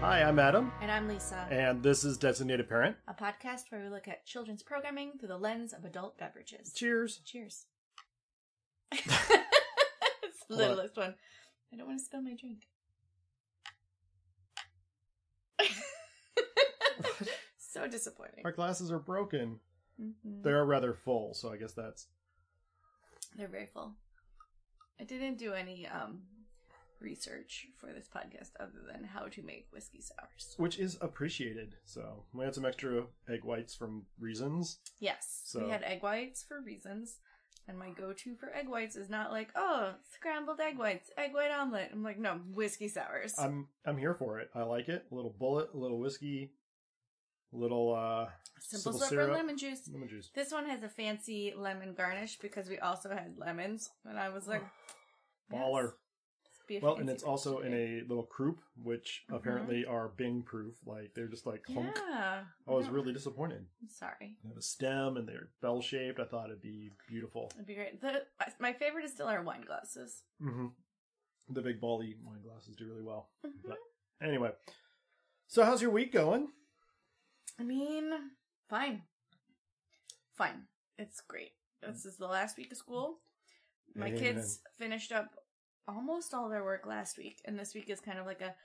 Hi, I'm Adam, And I'm Lisa, and this is Designated Parent. a podcast where we look at children's programming through the lens of adult beverages. Cheers. Cheers. it's the Hold on. littlest one. I don't want to spill my drink. so disappointing. Our glasses are broken. Mhm. They are rather full, so I guess that's. They're very full. I didn't do any um, research for this podcast other than how to make whiskey sours. Which is appreciated. So, we had some extra egg whites from Reasons. Yes. So- We had egg whites for reasons. And my go to for egg whites is not like, oh, scrambled egg whites, egg white omelet. I'm like, no, whiskey sours. I'm I'm here for it. I like it. A little bullet, a little whiskey, a little uh, Simple simple syrup and syrup. lemon juice. lemon juice. This one has a fancy lemon garnish because we also had lemons. And I was like, yes, Baller. let's be a Well, and fancy it's also in recipe. a little croup, which Mhm. apparently are Bing proof. Like, they're just like honk. Yeah. I was No, really disappointed. I'm sorry. They have a stem and they're bell shaped. I thought it'd be beautiful. It'd be great. The, my favorite is still our wine glasses. Mm-hmm. The big bally wine glasses do really well. Mhm. But anyway, so how's your week going? I mean, fine. Fine. It's great. This is the last week of school. My Amen. kids finished up almost all their work last week, and this week is kind of like a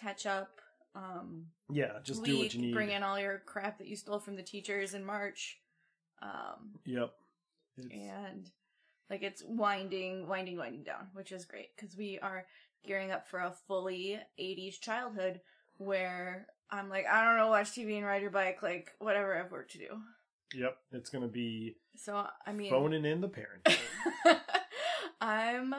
catch up. Um, Yeah, just week, do what you need. Bring in all your crap that you stole from the teachers in March. Um, Yep. It's, and like it's winding, winding, winding down, which is great because we are gearing up for a fully 80s childhood where I'm like, I don't know, watch TV and ride your bike, like whatever I have work to do. Yep. It's gonna be So I mean, phoning in the parent. I'm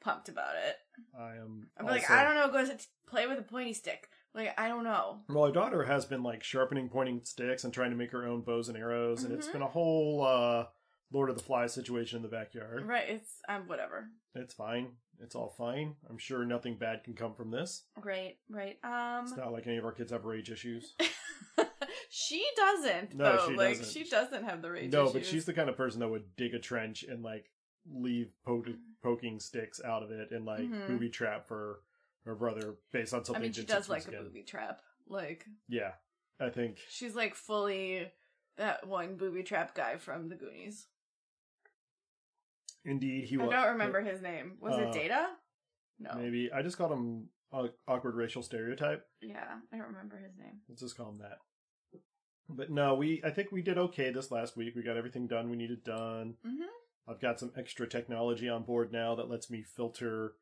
pumped about it. I am. I'm like, I don't know, go s- play with a pointy stick. Like I don't know. know. Well, my daughter has been like sharpening pointing sticks and trying to make her own bows and arrows, and it's Mhm. been a whole uh, Lord of the Flies situation in the backyard. Right? It's I'm whatever. It's fine. It's all fine. I'm sure nothing bad can come from this. Right, right. Um, It's not like any of our kids have rage issues. she doesn't. No, though. she like doesn't. she doesn't have the rage. no, issues. but she's the kind of person that would dig a trench and like leave po- poking sticks out of it and like Mhm. booby trap for her brother based on something. I mean, she did six does like weeks a ago. booby trap. Like Yeah, I think she's like fully that one booby trap guy from the Goonies. indeed he I was. don't remember his name. Was uh, it Data? No. Maybe I just called him uh, awkward racial stereotype. Yeah, I don't remember his name. Let's just call him that. But no, we I think we did okay this last week. We got everything done we needed done. Mm-hmm. I've got some extra technology on board now that lets me filter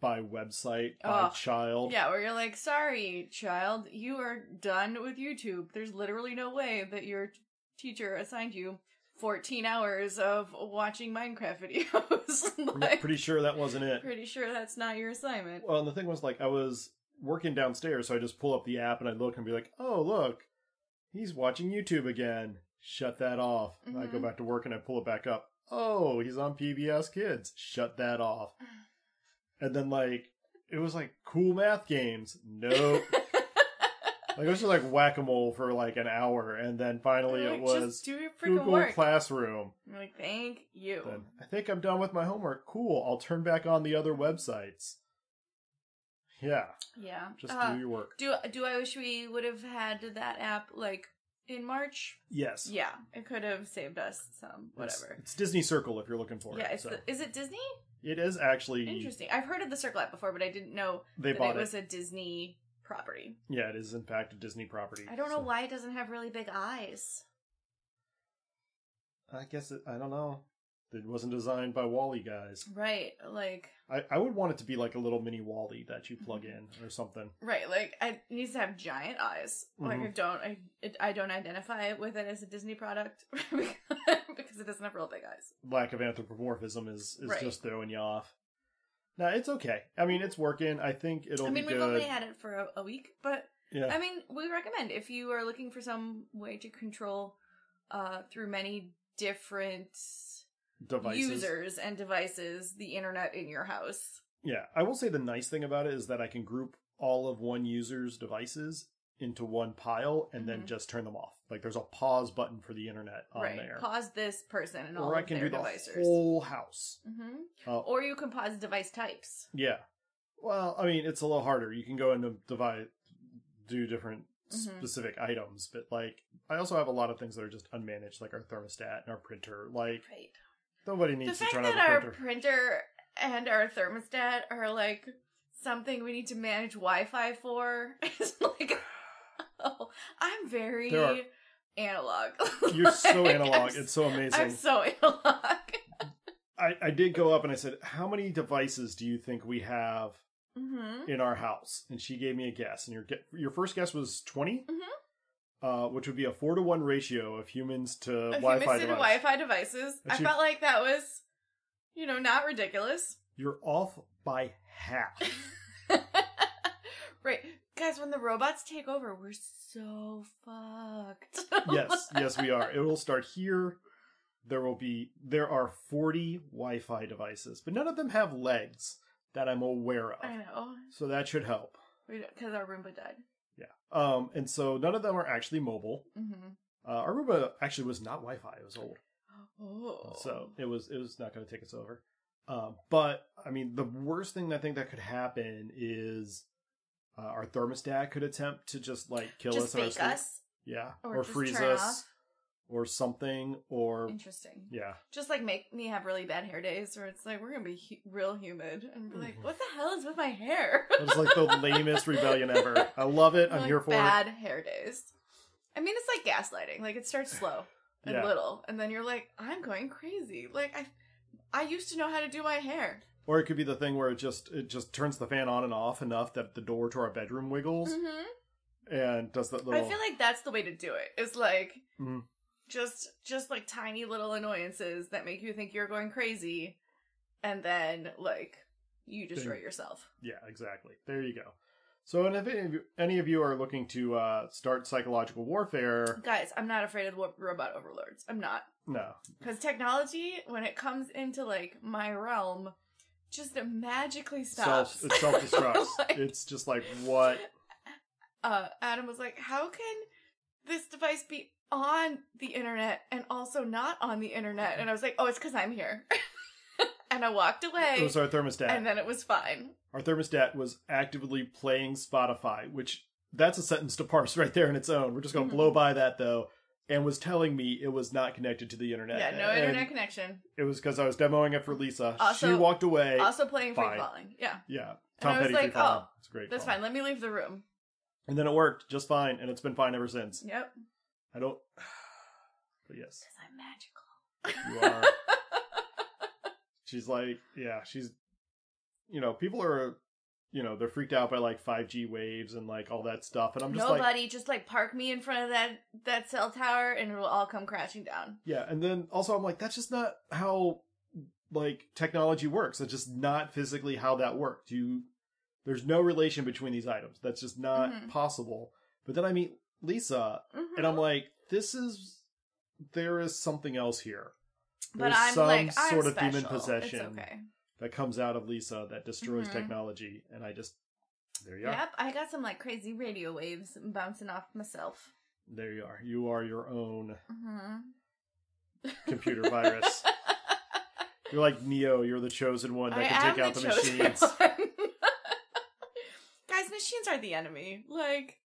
by website, by Oh, child. Yeah, where you're like, sorry, child, you are done with YouTube. There's literally no way that your t- teacher assigned you 14 hours of watching Minecraft videos. I'm like, pretty sure that wasn't it. pretty sure that's not your assignment. Well, and the thing was, like, I was working downstairs, so I just pull up the app and I look and be like, oh, look, he's watching YouTube again. Shut that off. And I go Mhm. back to work and I pull it back up. Oh, he's on PBS Kids. Shut that off. And then, like, it was like cool math games. Nope. like, it was just like whack a mole for like an hour. And then finally it Like, was Just do your freaking Google work. Classroom. I'm like, thank you. Then, I think I'm done with my homework. Cool. I'll turn back on the other websites. Yeah. Yeah. Just Uh, do your work. do do I wish we would have had that app like in March? Yes. Yeah, it could have saved us some It's- whatever. It's, Disney Circle if you're looking for yeah, it. it's so. the, is it Disney? it is actually Interesting. I've heard of the Circle app before, but I didn't know they that bought it it. was a Disney property. Yeah, it is in fact a Disney property. I don't know so- why it doesn't have really big eyes. I guess it, I don't know. It wasn't designed by Wally guys. Right, like I, I would want it to be like a little mini Wally that you plug in Mm-hmm. or something. right, like I, it needs to have giant eyes. Like I Mhm. don't, I, it, I don't identify with it as a Disney product because it doesn't have real big eyes. Lack of anthropomorphism is is Right. just throwing you off. No, it's okay. I mean, it's working. I think it'll I mean, be we've good. only had it for a, a week, but yeah. I mean, we recommend if you are looking for some way to control uh, through many different Devices. users and devices the internet in your house. Yeah, I will say the nice thing about it is that I can group all of one user's devices into one pile and then Mhm. just turn them off. Like there's a pause button for the internet on right. there, Pause this person and all or of I can their do the devices. whole house. hmm Uh, Or you can pause device types. yeah. Well, I mean, it's a little harder. You can go into divide, do different Mhm. specific items, but like I also have a lot of things that are just unmanaged, like our thermostat and our printer. Like Right. nobody The needs to fact turn on that the our printer. printer and our thermostat are like something we need to manage Wi-Fi for is like, oh, I'm very There are- analog. You're so Like, I'm analog. s- It's so amazing. I'm so analog. I, I did go up and I said, How many devices do you think we have hmm in our house? And she gave me a guess. And your gue- your first guess was 20, Mhm. uh, which would be a 4 to 1 ratio of humans to If Wi you Fi missed device. it to Wi-Fi devices, But I you- felt like that was, you know, not ridiculous. You're off by half. right, guys. When the robots take over, we're so fucked. yes, yes, we are. It will start here. There will be, there are 40 Wi Fi devices, but none of them have legs that I'm aware of. I know. So that should help. Because our Roomba died. Um, and so none of them are actually mobile. Mm-hmm. Uh, Aruba actually was not Wi Fi, it was old. Oh. So it was it was not going to take us over. Um, but I mean, the worst thing I think that could happen is uh, our thermostat could attempt to just like kill just us, in our fake sleep. us. yeah, or or, just freeze turn us, off. or something, or Interesting. yeah, Just like make me have really bad hair days, where it's like we're gonna be hu- real humid, and be like, Mhm. what the hell is with my hair? it was like the lamest rebellion ever. I love it. I'm Like, here for bad hair days. I mean, it's like gaslighting. Like it starts slow it. and Yeah, little, and then you're like, I'm going crazy. Like I, I used to know how to do my hair. or it could be the thing where it just it just turns the fan on and off enough that the door to our bedroom wiggles hmm and does that I little. feel like that's the way to do it. It's like Mhm. just just like tiny little annoyances that make you think you're going crazy, and then like you destroy Then- yourself. Yeah, exactly. There you go. So, and if any of you, any of you are looking to uh, start psychological warfare, Guys, I'm not afraid of wo- robot overlords. I'm not no, because technology, when it comes into like my realm, just magically stops. self it self destructs. Like- it's just like what? uh, Adam was like, "How can this device be on the internet and also not on the internet?" And I was like, "Oh, it's because I'm here." and I walked away, It was our thermostat. and then it was fine. our thermostat was actively playing Spotify, which that's a sentence to parse right there in its own. We're just gonna Mhm. blow by that though. And was telling me it was not connected to the internet. yeah, no And internet connection. It was because I was demoing it for Lisa. she Also- walked away. Also playing free fine. falling. Yeah, yeah, Tom I was Petty. like, free fall. oh, it's a great. that's fall. fine. Let me leave the room. And then it worked just fine, and it's been fine ever since. Yep, I don't. But yes, because I'm magical. you are. she's like, yeah, she's. You know, people are, you know, they're freaked out by like 5G waves and like all that stuff, and I'm just like, Nobody just like park me in front of that that cell tower, and it'll all come crashing down. yeah, and then also I'm like, that's just not how like technology works. That's just not physically how that works. You, there's no relation between these items. That's just not Mhm. possible. But then I meet Lisa, Mhm. and I'm like, this is there is something else here but there's I'm some like, I'm sort of demon special. possession. It's okay. that comes out of Lisa that destroys Mhm. technology, and I just there you are, Yep, I got some like crazy radio waves bouncing off myself. there you are. You are your own Mm-hmm. computer virus. You're like Neo. You're the chosen one that I can am take out the, chosen machines. one. Guys, machines are the enemy. Like,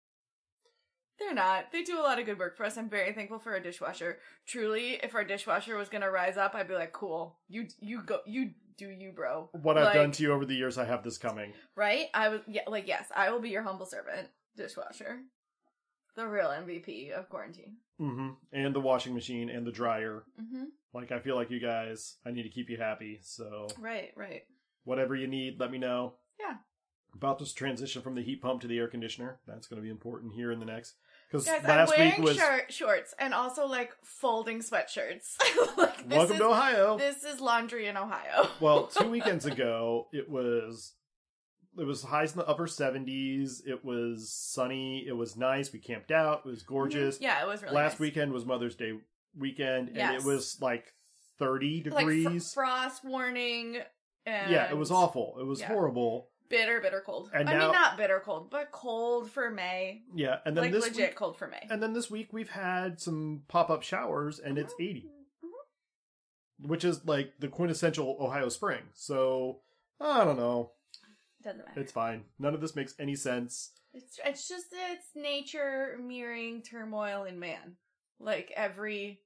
they're not. They do a lot of good work for us. I'm very thankful for our dishwasher. Truly, if our dishwasher was gonna rise up, I'd be like, cool. You you go. You do you, bro. What I've done Like- to you over the years, I have this coming. Right? I was yeah, like, yes, I will be your humble servant, dishwasher, the real MVP of quarantine. hmm And the washing machine and the dryer. Mm-hmm. Like I feel like you guys, I need to keep you happy. So Right. Right. whatever you need, let me know. Yeah. About this transition from the heat pump to the air conditioner. That's going to be important here in the next Because Guys, last I'm week wearing was shir- shorts and also like folding sweatshirts. like this welcome is to Ohio. this is laundry in Ohio. well, two weekends ago, it was it was highs in the upper 70s. It was sunny. It was nice. We camped out. It was gorgeous. Mm-hmm. yeah, it was really Last nice. weekend was Mother's Day weekend, and Yes. it was like 30 like fr- degrees. frost warning. And yeah, it was awful. It was yeah. horrible. Bitter, bitter cold. And I now- mean, not bitter cold, but cold for May. Yeah, and then like this legit week, cold for May. and then this week we've had some pop up showers, and it's 80, Mm-hmm. which is like the quintessential Ohio spring. So I don't know. Doesn't matter. It's fine. None of this makes any sense. It's it's just that it's nature mirroring turmoil in man. Like every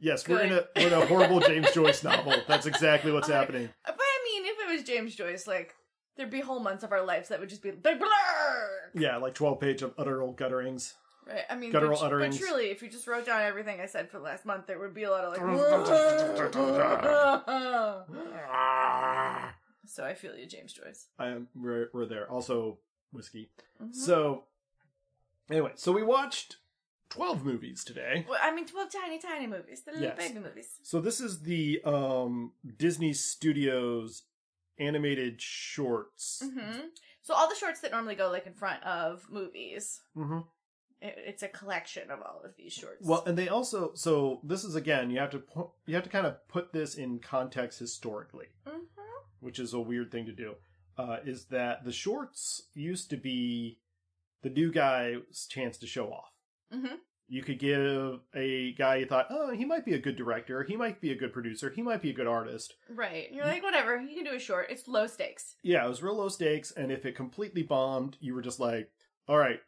Yes, we're in a Good. we're in a horrible James Joyce novel. That's exactly what's Oh my- happening. but I mean if it was James Joyce, like there'd be whole months of our lives that would just be like blur Yeah, like twelve page of utteral gutterings. Right. I mean Guttural but, utterings. but truly if you just wrote down everything I said for the last month, there would be a lot of Mm-hmm. like I So I feel you, James Joyce. am Um, we're, we're there. Also whiskey. Mhm. So anyway, so we watched twelve movies today. well, I mean twelve tiny, tiny movies, the little Yes. baby movies. So this is the um Disney Studios animated shorts. hmm So all the shorts that normally go like in front of movies, Mhm. it, it's a collection of all of these shorts. Well, and they also so this is again you have to pu- you have to kind of put this in context historically. hmm which is a weird thing to do, uh, is that the shorts used to be the new guy's chance to show off. Mhm. You could give a guy you thought, oh, he might be a good director, he might be a good producer, he might be a good artist. Right. You're like, whatever, you can do a short. It's low stakes. Yeah, it was real low stakes, and if it completely bombed, you were just like, all right,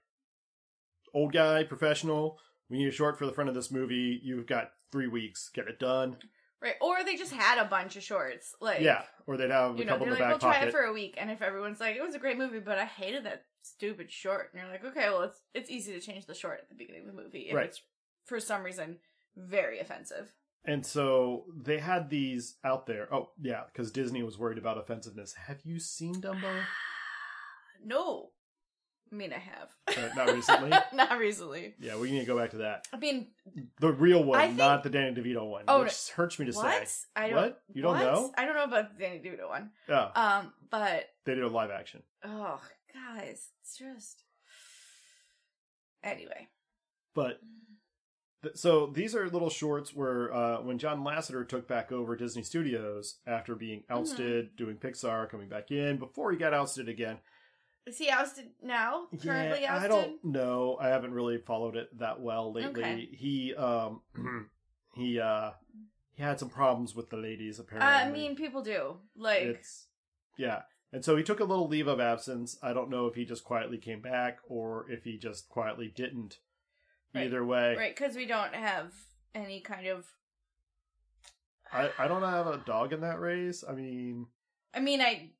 old guy, professional, we need a short for the front of this movie. You've got three weeks, get it done. Right. Or they just had a bunch of shorts. Like yeah, or they'd have a You know, couple they're in the like, back we'll try pocket. it for a week, and if everyone's like, it was a great movie, but I hated that stupid short, and you're like, okay, well, it's it's easy to change the short at the beginning of the movie if Right. it's for some reason very offensive. And so they had these out there. Oh, yeah, because Disney was worried about offensiveness. Have you seen Dumbo? No, I mean I have Uh, not recently. not recently. Yeah, we need to go back to that. I mean, The real one, I think- not the Danny DeVito one. Oh, which hurts me to what? say. I don't. What? You don't what? know? I don't know about the Danny DeVito one. Yeah, Um, but they did a live action. oh, guys, it's just anyway. But th- so these are little shorts where uh, when John Lasseter took back over Disney Studios after being Mm-hmm. ousted, doing Pixar, coming back in before he got ousted again. Is he ousted now? Currently yeah, ousted? I don't know. I haven't really followed it that well lately. Okay. He um he uh he had some problems with the ladies Uh, apparently. I mean, people do. Like, it's yeah. And so he took a little leave of absence. I don't know if he just quietly came back or if he just quietly didn't. Right. Either way, right, because we don't have any kind of. I, I don't have a dog in that race. I mean, I mean, I.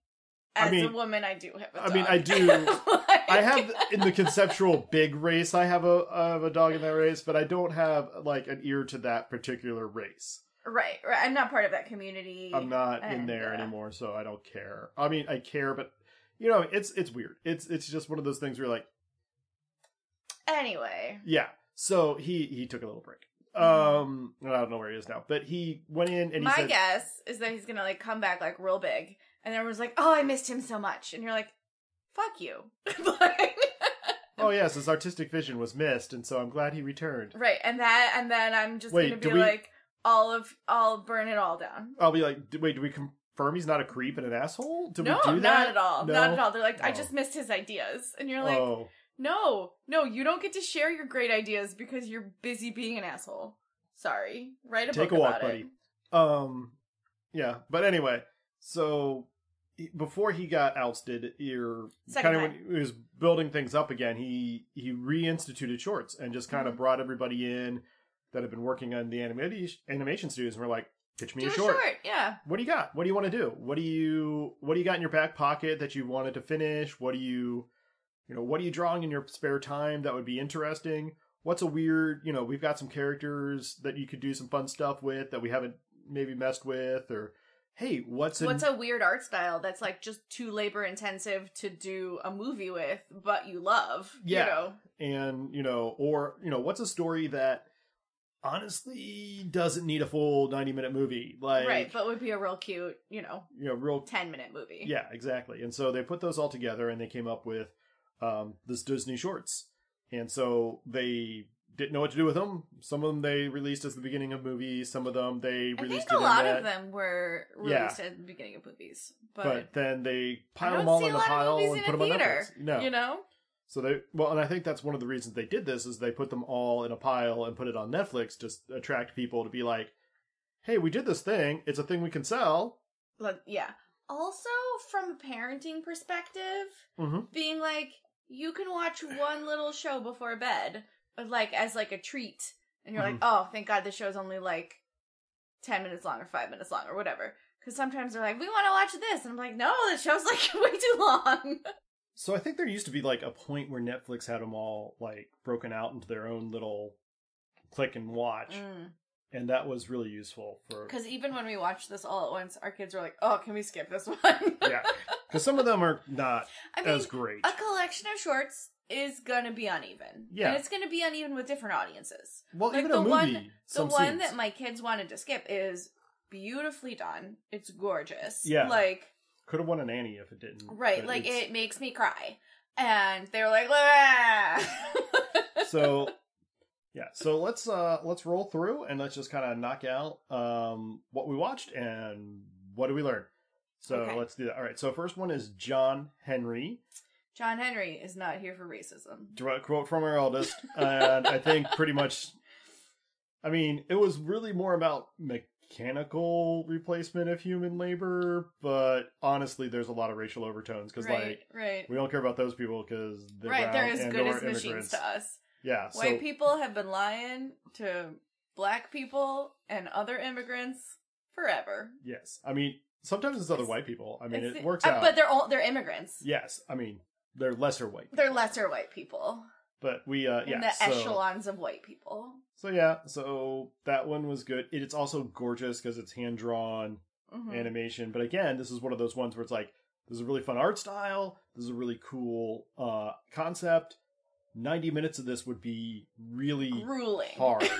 I As a mean- woman, I do have a I dog. mean, I do. Like- I have in the conceptual big race, I have a I have a dog in that race, but I don't have like an ear to that particular race. Right, right. I'm not part of that community. I'm not in and, there uh, anymore, so I don't care. I mean, I care, but you know, it's it's weird. It's it's just one of those things where you're like, Anyway. yeah. So he he took a little break. Um, and I don't know where he is now, but he went in and he Mm-hmm. My said, guess is that he's gonna like come back like real big, and everyone's like, "Oh, I missed him so much," and you're like, "Fuck you!" Like- "Oh yes, his artistic vision was missed, and so I'm glad he returned." right, and that, and then I'm just Wait, gonna do be we- like, "All of, I'll burn it all down." I'll be like, "D- "Wait, do we confirm he's not a creep and an asshole? Did no, we do that?" not at all. No? Not at all. They're like, "I No. just missed his ideas," and you're like, oh, "No, no, you don't get to share your great ideas because you're busy being an asshole." Sorry. Write a Take book a walk, about it. buddy. Um, yeah, but anyway, so he- before he got ousted, or Second kind of when he was building things up again, he he reinstituted shorts and just kind of Mhm. brought everybody in that had been working on the animation animation studios, and we're like, pitch me Do a a short. short, yeah. What do you got? What do you want to do? What do you what do you got in your back pocket that you wanted to finish? What do you you know, what are you drawing in your spare time that would be interesting? What's a weird, you know, we've got some characters that you could do some fun stuff with that we haven't maybe messed with or hey, what's a, What's a weird art style that's like just too labor intensive to do a movie with, but you love? Yeah. You know? and you know, or you know, what's a story that honestly doesn't need a full ninety minute movie, like right, but would be a real cute, you know, you know, real 10 minute movie. Yeah, exactly. And so they put those all together and they came up with um, this Disney Shorts. And so they didn't know what to do with them. Some of them they released as the beginning of movies. Some of them they I released think a it lot in that, of them were Yeah. released at the beginning of movies, but, but, then they I pile don't them all see in a a lot of pile movies and in put a them theater, on Netflix. No, you know, so they well, and I think that's one of the reasons they did this is they put them all in a pile and put it on Netflix to s- attract people to be like, "Hey, we did this thing. It's a thing we can sell." Like, yeah. Also, from a parenting perspective, Mhm. being like you can watch one little show before bed, like as like a treat, and you're like, Mm-hmm. oh, thank God the show's only like ten minutes long or five minutes long or whatever. Because sometimes they're like, we want to watch this, and I'm like, no, the show's like way too long. So I think there used to be like a point where Netflix had them all like broken out into their own little click and watch, Mm. and that was really useful for Because even when we watched this all at once, our kids were like, oh, can we skip this one? I yeah, because some of them are not mean, uh, as great. a collection of shorts is gonna be uneven. Yeah. and it's gonna be uneven with different audiences. well, like even the a movie, one- some the one scenes. that my kids wanted to skip is beautifully done. It's gorgeous. Yeah. Like could have won an Annie if it didn't. right, but like it's- it makes me cry. And they were like, "Ah." so yeah so let's uh let's roll through and let's just kind of knock out um what we watched and what did we learn so Okay. let's do that all right so first one is john henry John Henry is not here for racism. direct quote from our eldest and i think pretty much i mean it was really more about mechanical replacement of human labor but honestly there's a lot of racial overtones because Right, like right. we don't care about those people because they're Right, they're brown as and good or as machines immigrants. to us. yeah White so people have been lying to black people and other immigrants forever. Yes, I mean sometimes it's other It's- white people. I mean It's- it works uh, out. But they're all they're immigrants. yes, I mean they're lesser white, They're lesser white people. but we uh in yeah the so, echelons of white people. so yeah so that one was good. It, it's also gorgeous because it's hand drawn Mhm. animation. But again, this is one of those ones where it's like this is a really fun art style. This is a really cool uh concept. Ninety minutes of this would be really grueling. hard.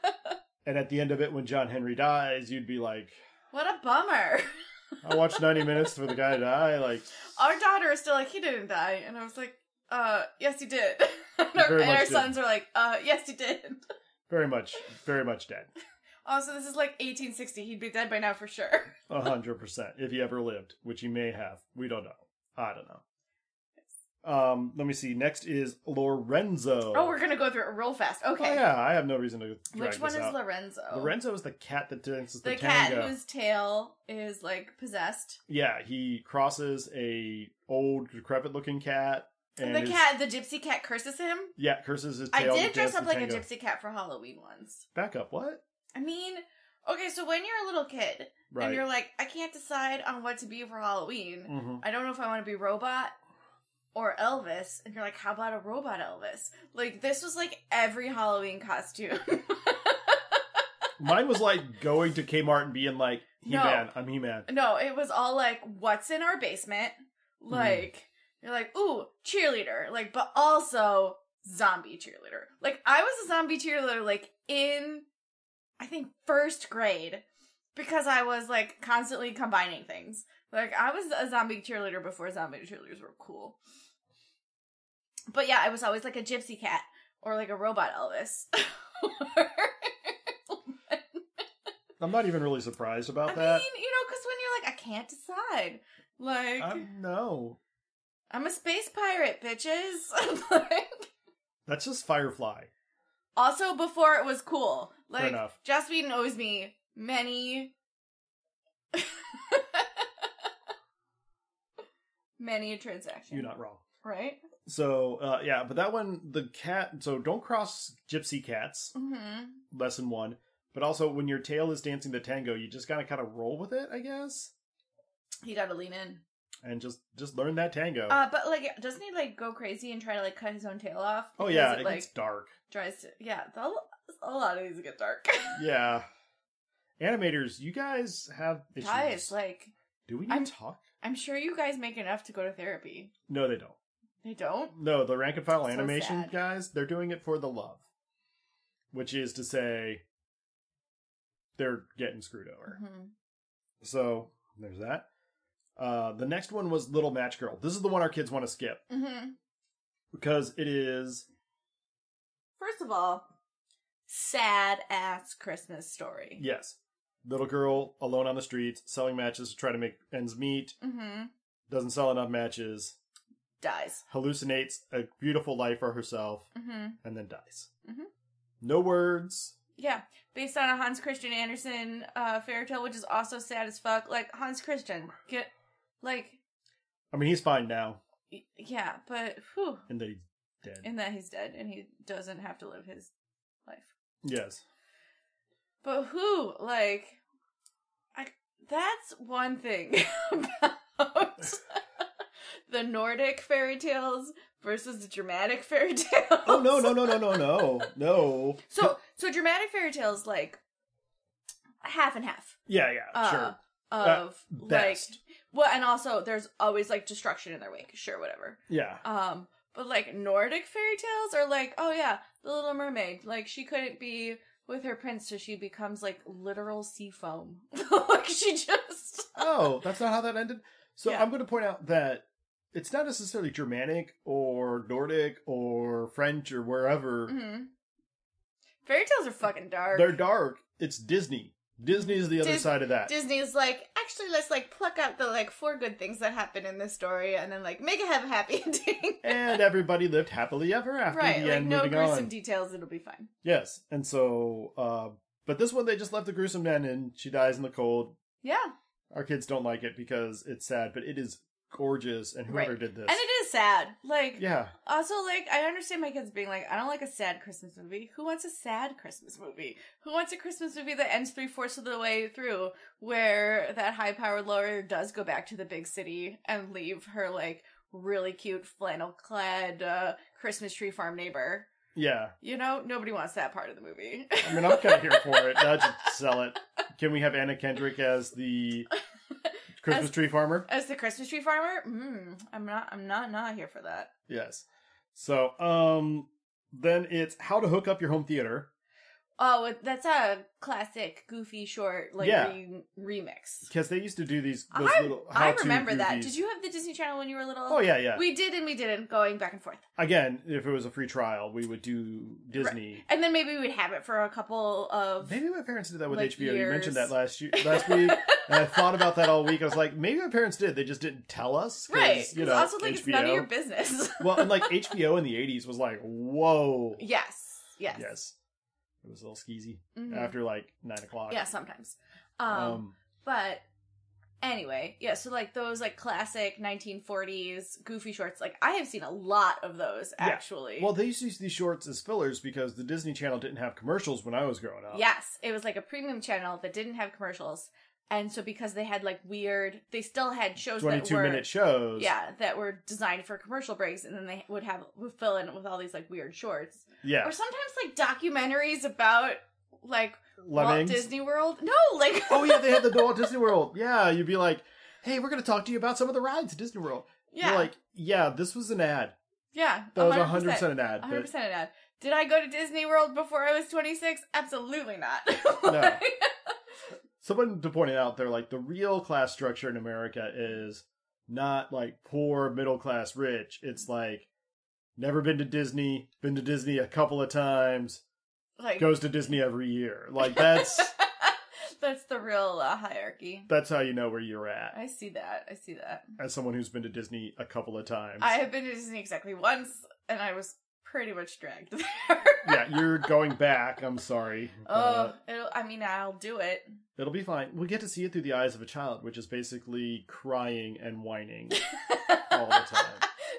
and at the end of it, when John Henry dies, you'd be like, what a bummer. I watched ninety minutes for the guy to die. Like Our daughter is still like, he didn't die. And I was like, uh, yes, he did. and our, Very and much our did. sons are like, uh, yes, he did. very much, very much dead. Also, this is like 1860. He'd be dead by now for sure. A hundred percent. If he ever lived, which he may have, we don't know. I don't know. Um, let me see. Next is Lorenzo. Oh, we're going to go through it real fast. Okay. Oh, yeah, I have no reason to. Drag Which one this is out. Lorenzo? Lorenzo is the cat that dances the, The cat tango. whose tail is like possessed. Yeah, he crosses a old decrepit looking cat, and the his- cat, the gypsy cat curses him. Yeah, curses his I tail. did to dress dance up the like tango. a gypsy cat for Halloween once. Back up. What? I mean, okay, so when you're a little kid, Right. and you're like, I can't decide on what to be for Halloween. hmm I don't know if I want to be robot or Elvis. And you're like, how about a robot Elvis? Like, this was like every Halloween costume. Mine was like going to Kmart and being like, "He man, I'm He man." no, it was all like, what's in our basement? Mm-hmm. Like, you're like, ooh, cheerleader. Like, but also zombie cheerleader. Like, I was a zombie cheerleader, like, in, I think, first grade because I was like constantly combining things. Like, I was a zombie cheerleader before zombie cheerleaders were cool. But yeah, I was always like a gypsy cat or like a robot Elvis. I'm not even really surprised I about mean, you know, that. because when you're like, I can't decide. Like, I- I'm, no, a space pirate, bitches. Like- that's just Firefly. Also, before it was cool. Like, enough. Joss Whedon owes me many. many a transaction. You're not wrong. Right? So uh, yeah, but that one, the cat. So don't cross gypsy cats. Mm-hmm. Lesson one. But also, when your tail is dancing the tango, you just gotta kind of roll with it, I guess, He gotta lean in. and just just learn that tango. Uh, but, like, doesn't he, like, go crazy and try to, like, cut his own tail off? oh Because yeah, It, it like, gets dark. tries to. Yeah, the- a lot of these get dark. Yeah, Animators, you guys have issues. Guys, like, Do we need I'm- to talk? I'm sure you guys make enough to go to therapy. No, they don't. They don't? No, the rank and file So animation sad. guys, they're doing it for the love. Which is to say, they're getting screwed over. Mhm. So, there's that. Uh, the next one was Little Match Girl. This is the one our kids want to skip Mhm. because it is First of all, sad ass Christmas story. yes, little girl alone on the streets selling matches to try to make ends meet. Mm-hmm. Doesn't sell enough matches. Dies. Hallucinates a beautiful life for herself Mm-hmm. and then dies. Mhm. No words. Yeah, based on a Hans Christian Andersen uh, fairy tale, which is also sad as fuck. Like Hans Christian, get like I mean, he's fine now, y- yeah, but whew, and that he's dead. in that he's dead and he doesn't have to live his life. yes. But who like, I that's one thing about the Nordic fairy tales versus the dramatic fairy tales. Oh no no no no no no no. So so dramatic fairy tales like half and half. Yeah yeah uh, sure. of best. like well and also there's always like destruction in their wake sure whatever Yeah um but like nordic fairy tales are like oh yeah the little mermaid like she couldn't be with her prince so she becomes like literal sea foam like she just oh that's not how that ended. So Yeah. I'm going to point out that it's not necessarily Germanic or Nordic or French or wherever. Mhm. fairy tales are fucking dark Mm-hmm. They're dark. It's Disney. Disney is the other Dis- side of that. Disney's like, actually, let's like pluck out the like four good things that happen in this story, and then like make it have a happy ending. and everybody lived happily ever after right, the like end. no moving gruesome on. details. It'll be fine. yes, and so uh, but this one they just left the gruesome end and she dies in the cold. Yeah, Our kids don't like it because it's sad, but it is gorgeous. And whoever Right. did this, And it is sad. Like, yeah. also, like, I understand my kids being like, I don't like a sad Christmas movie. Who wants a sad Christmas movie? Who wants a Christmas movie that ends three fourths of the way through where that high powered lawyer does go back to the big city and leave her, like, really cute flannel clad uh, Christmas tree farm neighbor? Yeah. You know, nobody wants that part of the movie. I mean, I'm kind of here for it. Not to sell it. Can we have Anna Kendrick as the Christmas As- tree farmer? As the Christmas tree farmer, mm, I'm not, I'm not, not here for that. Yes. So, um, then it's how to hook up your home theater. Oh, that's a classic goofy short like Yeah. re- remix. Because they used to do these those I- little. How I remember that. Did you have the Disney Channel when you were little? Oh yeah, yeah. We did and we didn't, going back and forth. Again, if it was a free trial, we would do Disney. And then maybe we'd have it for a couple of. Maybe my parents did that with Like HBO. You mentioned years. that last year, last week, and I thought about that all week. I was like, maybe my parents did. They just didn't tell us. 'cause, right. 'cause You know, also, like, HBO. it's none of your business. well, and like HBO in the '80s was like, whoa. yes. Yes. yes. It was a little skeezy Mhm. after like nine o'clock. Yeah, sometimes. Um, But anyway, yeah, so like those like classic 1940s goofy shorts, like I have seen a lot of those Yeah. actually. well, they used to use these shorts as fillers because the Disney Channel didn't have commercials when I was growing up. Yes, it was like a premium channel that didn't have commercials. And so because they had like weird, they still had shows that twenty-two were minute shows. yeah, that were designed for commercial breaks and then they would have would fill in with all these like weird shorts yeah. or sometimes like documentaries about like Walt Lemmings. Disney World. No, like oh yeah, they had the Walt Disney World. Yeah, you'd be like, "Hey, we're going to talk to you about some of the rides at Disney World." yeah. You're like, "Yeah, this was an ad. yeah. That was hundred percent an ad." 100% But an ad. Did I go to Disney World before I was 26? Absolutely not. Like, someone to point it out, they're like, the real class structure in America is not like poor, middle class, rich. It's like never been to Disney, been to Disney a couple of times, like goes to Disney every year. Like that's that's the real uh, hierarchy. that's how you know where you're at I see that. I see that. as someone who's been to Disney a couple of times. I have been to Disney exactly once, and I was pretty much dragged there. yeah, you're going back. I'm sorry. oh, but it'll, I mean, I'll do it. it'll be fine. We'll get to see it through the eyes of a child, which is basically crying and whining. All the time.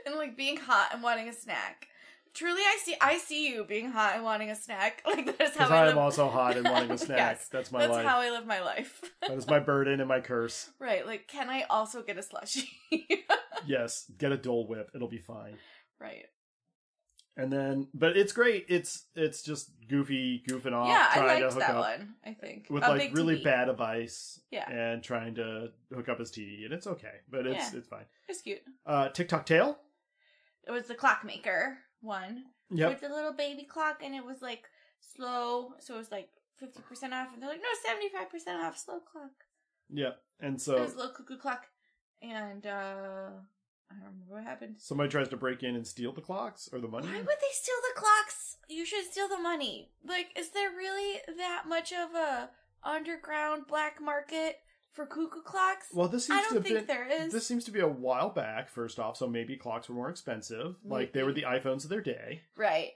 and like being hot and wanting a snack. Truly, I see. I see you being hot and wanting a snack. Like that's how Because I I live. am also hot and wanting a snack. Yes, that's my that's life. how I live my life. that is my burden and my curse. right. Like, can I also get a slushie? Yes, get a Dole Whip. It'll be fine. right. And then, but it's great. It's it's just goofy goofing off, yeah, I trying Uh, to liked hook that up one. I think with A like big really TV. bad advice Yeah, and trying to hook up his TD, and it's okay, but it's it's fine. it's cute. Uh, TikTok tail. It was the clockmaker one Yep. with the little baby clock, and it was like slow, so it was like fifty percent off, and they're like, no, seventy five percent off, slow clock. Yep. And it so was little cuckoo clock, and uh, I don't remember what happened. somebody tries to break in and steal the clocks or the money. Why would they steal the clocks? You should steal the money. Like, is there really that much of a underground black market for cuckoo clocks? Well, this seems I to don't have think been, there is. This seems to be a while back, first off, so maybe clocks were more expensive. Like they were the Maybe. iPhones of their day. right.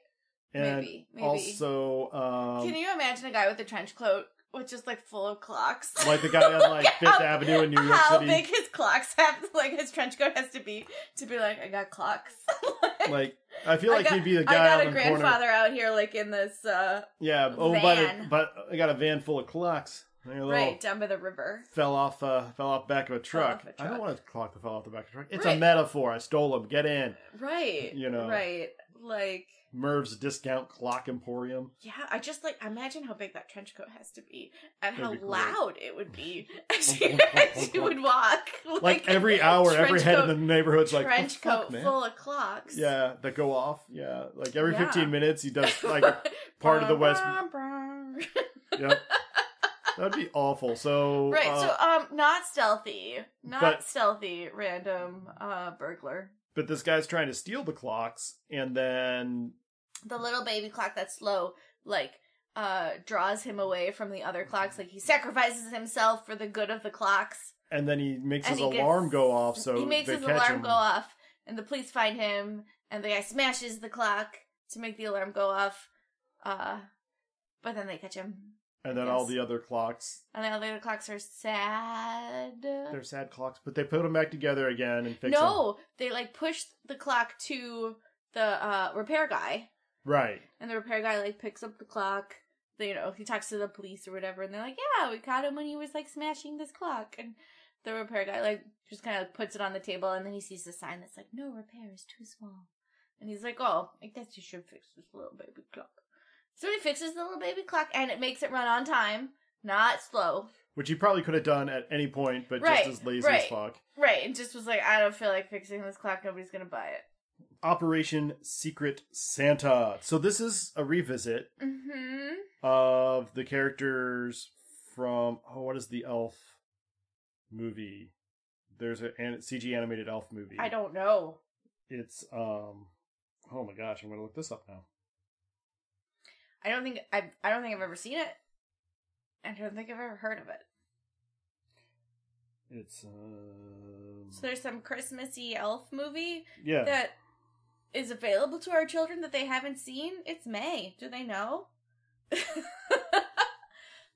And maybe. Maybe. also um Can you imagine a guy with a trench coat with just like full of clocks? like the guy on like Look Fifth how- Avenue in New York How City. big his clocks have, like his trench coat has to be to be like, I got clocks. like I feel I like got- he'd be the I guy got on a the corner. grandfather out here, like in this, uh, Yeah, oh but it, van. but I got a van full of clocks. They're little right down by the river. Fell off, uh, fell off back of a Fell off truck. a I don't truck. want to clock that fell off the back of a truck. It's a Right. metaphor. I stole them. Get in. Right. You know. Right. Like, Merv's Discount Clock Emporium. yeah, I just like imagine how big that trench coat has to be and That'd how be great. loud it would be as she, as she would walk. Like, every hour, every trench head in coat- the neighborhood's like trench "The fuck, coat man?" full of clocks. Yeah, that go off. Yeah, like every Yeah. 15 minutes he does like part of the West. Yeah, that'd be awful. So right. uh, so, um, not stealthy, not but- stealthy, random uh burglar. but this guy's trying to steal the clocks, and then The little baby clock that's slow, like. Uh, draws him away from the other clocks. Like he sacrifices himself for the good of the clocks. and then he makes And his he gets- alarm go off. So he makes they his catch alarm him. go off, and the police find him, and the guy smashes the clock to make the alarm go off. Uh, but then they catch him, and then all Yes. the other clocks. and the other clocks are sad. They're sad clocks, but they put them back together again and fix them. no, they like push the clock to the uh, repair guy, Right. and the repair guy like picks up the clock. They- You know, he talks to the police or whatever, and they're like, "Yeah, we caught him when he was like smashing this clock." And the repair guy like just kind of puts it on the table, and then he sees a sign that's like, "No repair is too small," and he's like, "Oh, I guess you should fix this little baby clock." So he fixes the little baby clock, and it makes it run on time, not slow. Which he probably could have done at any point, but Right, just as lazy as right. fuck. Right, and just was like, "I don't feel like fixing this clock. Nobody's gonna buy it." Operation Secret Santa. So this is a revisit Mm-hmm. of the characters from oh what is the elf movie there's a an, cg animated elf movie I don't know. it's um oh my gosh i'm gonna look this up now I don't think I. I don't think I've ever seen it. I don't think I've ever heard of it. it's um So there's some Christmassy elf movie yeah that is available to our children that they haven't seen. It's May. Do they know?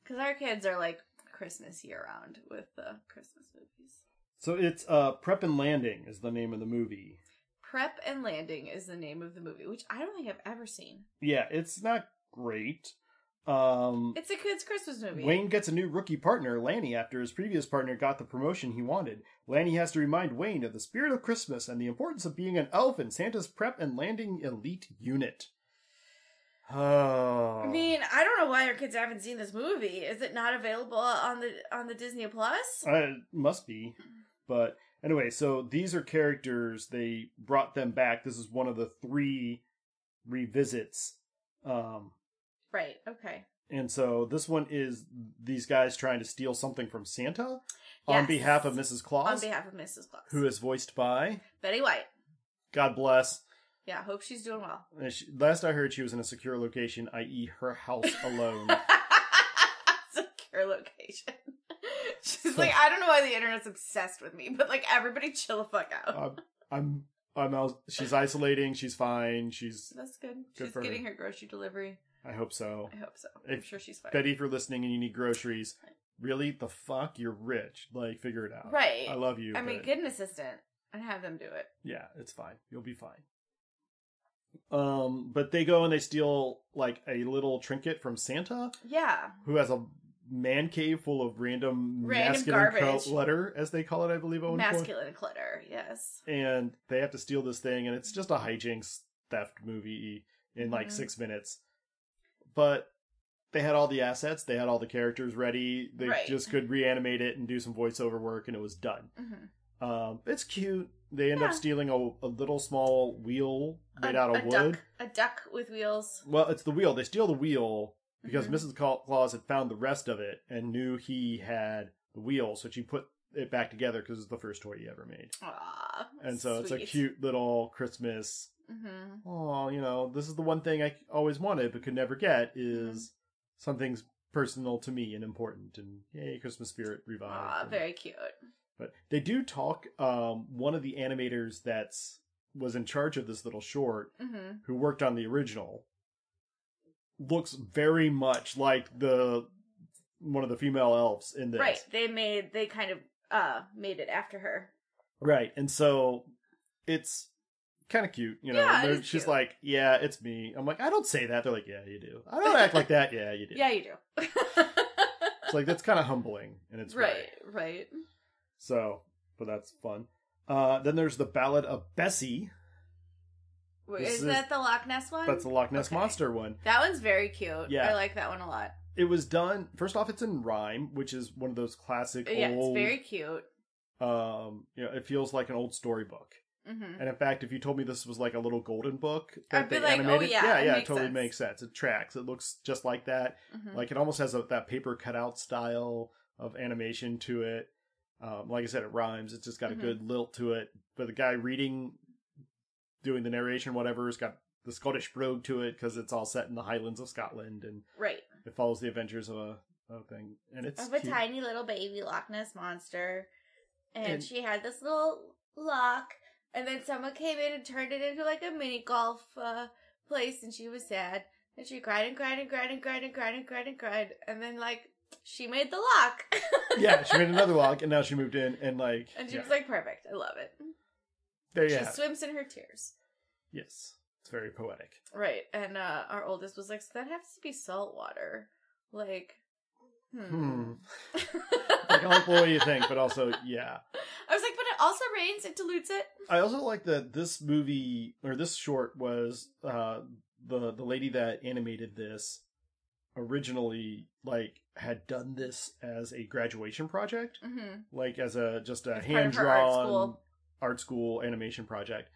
Because our kids are like Christmas year round with the Christmas movies. so it's uh prep and landing is the name of the movie Prep and Landing is the name of the movie, which I don't think I've ever seen. yeah it's not great um It's a kids' Christmas movie. Wayne gets a new rookie partner, Lanny, after his previous partner got the promotion he wanted. Lanny has to remind Wayne of the spirit of Christmas and the importance of being an elf in Santa's prep and landing elite unit. Oh. I mean, I don't know why our kids haven't seen this movie. Is it not available on the on the Disney Plus? Uh, it must be. But anyway, so these are characters. They brought them back. This is one of the three revisits. Um, Right. Okay. and so this one is these guys trying to steal something from Santa on Yes. behalf of Mrs. On Claus, behalf of Mrs. Claus. who is voiced by. Betty White. God bless. Yeah, hope she's doing well. And she- last I heard, she was in a secure location, i.e., her house alone. Secure location. She's So- like, I don't know why the internet's obsessed with me, but like everybody chill the fuck out. I'm, I'm, I'm out. She's isolating. She's fine. She's. That's good. good she's for her. getting her. grocery delivery. I hope so. I hope so. I'm If sure she's fine. Betty, if you're listening and you need groceries, really the fuck, you're rich. Like, figure it out. Right. I love you. I mean, but get an assistant and have them do it. yeah, it's fine. You'll be fine. Um, but they go and they steal like a little trinket from Santa, Yeah. who has a man cave full of random, Random masculine co- garbage. letter, as they call it, I believe. at one point. Masculine clutter. Yes. and they have to steal this thing, and it's just a hijinks theft movie in like Mhm. six minutes. But they had all the assets, they had all the characters ready. They Right. just could reanimate it and do some voiceover work, and it was done. Mhm. Um, it's cute. They end up Yeah. stealing a, a little small wheel made out of a wood. Duck, a duck with wheels. Well, it's the wheel. They steal the wheel because Mhm. Mrs. Cla- Claus had found the rest of it and knew he had the wheel, so she put it back together because it's the first toy he ever made. Aw, And so it's a cute little Christmas. hmm Oh, you know, this is the one thing I always wanted but could never get is something's personal to me and important. And yay, Christmas spirit revived. Aw, And- Ah, very cute. but they do talk. Um, one of the animators that's was in charge of this little short hmm who worked on the original looks very much like the one of the female elves in this. Right. They made they kind of uh made it after her. Right. And so it's kind of cute, you know. Yeah, and it they're- is she's cute. like, "Yeah, it's me." I'm like, "I don't say that." They're like, "Yeah, you do." I don't act like that. Yeah, you do. Yeah, you do. It's like that's kind of humbling and it's right. right, right. So, but that's fun. Uh, then there's the Ballad of Bessie. Wait, This is, is- that the Loch Ness one? That's the Loch Ness Okay. monster one. That one's very cute. Yeah. I like that one a lot. It was done first off. It's in rhyme, which is one of those classic yeah, old it's very cute. um you know it feels like an old storybook hmm and in fact if you told me this was like a little golden book that I'd be they like, "Oh, animated yeah, yeah it yeah it makes totally sense." makes sense it tracks it looks just like that hmm like it almost has a, that paper cutout style of animation to it um like i said it rhymes it's just got Mhm. a good lilt to it but the guy reading doing the narration whatever has got the scottish brogue to it because it's all set in the highlands of scotland and right. it follows the adventures of a, of a thing and it's of a cute. tiny little baby Loch Ness monster, and, And- she had this little lock, and then someone came in and turned it into like a mini golf uh, place, and she was sad, and she cried and cried and cried and cried and cried and cried and cried, and then like she made the lock, yeah she made another log and now she moved in and like and she yeah. was like perfect. I love it. there you She have it. swims in her tears. Yes. It's very poetic. Right, and uh, our oldest was like, so that has to be salt water, like. Hmm. Hmm. Like, oh, I like what you think, but also, yeah. I was like, but it also rains; it dilutes it. I also like that this movie, or this short, was uh, the, the lady that animated this originally, like, had done this as a graduation project, Mm-hmm. like, as a just a As part hand of her art drawn art, school. school animation project.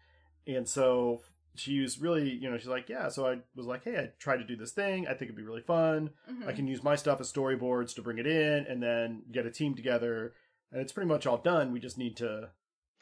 And so she was really, you know, she's like, yeah. So I was like, hey, I tried to do this thing. I think it'd be really fun. Mm-hmm. I can use my stuff as storyboards to bring it in and then get a team together. And it's pretty much all done. We just need to,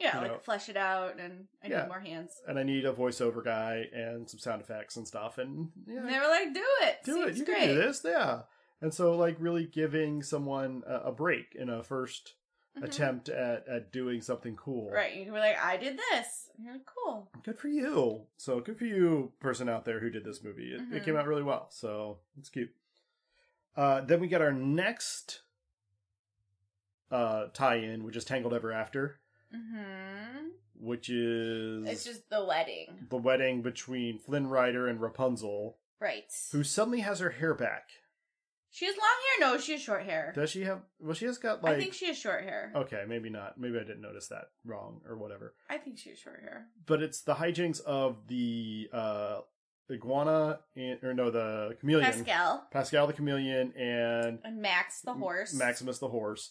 Yeah, you like know. flesh it out, and I Yeah. need more hands. and I need a voiceover guy and some sound effects and stuff. And yeah, And they were like, "Do it, do Seems it. You great. can do this. Yeah. And so, like, really giving someone a, a break in a 1st Mhm. attempt at, at doing something cool. right?" You were like, "I did this." And you're like, "Cool." Good for you. So, good for you, person out there who did this movie. It, it Mhm. came out really well. So, it's cute. Uh, then we get our next uh, tie in, which is Tangled Ever After. hmm which is It's just the wedding, the wedding between Flynn Rider and Rapunzel, right? who suddenly has her hair back. She has long hair. No, she has short hair. Does she have? Well, she has got like. Oh. I think she has short hair. okay, maybe not. Maybe I didn't notice that wrong or whatever. I think she has short hair. But it's the hijinks of the uh iguana and, or no, the chameleon. Pascal Pascal the chameleon and and Max the horse. Maximus the horse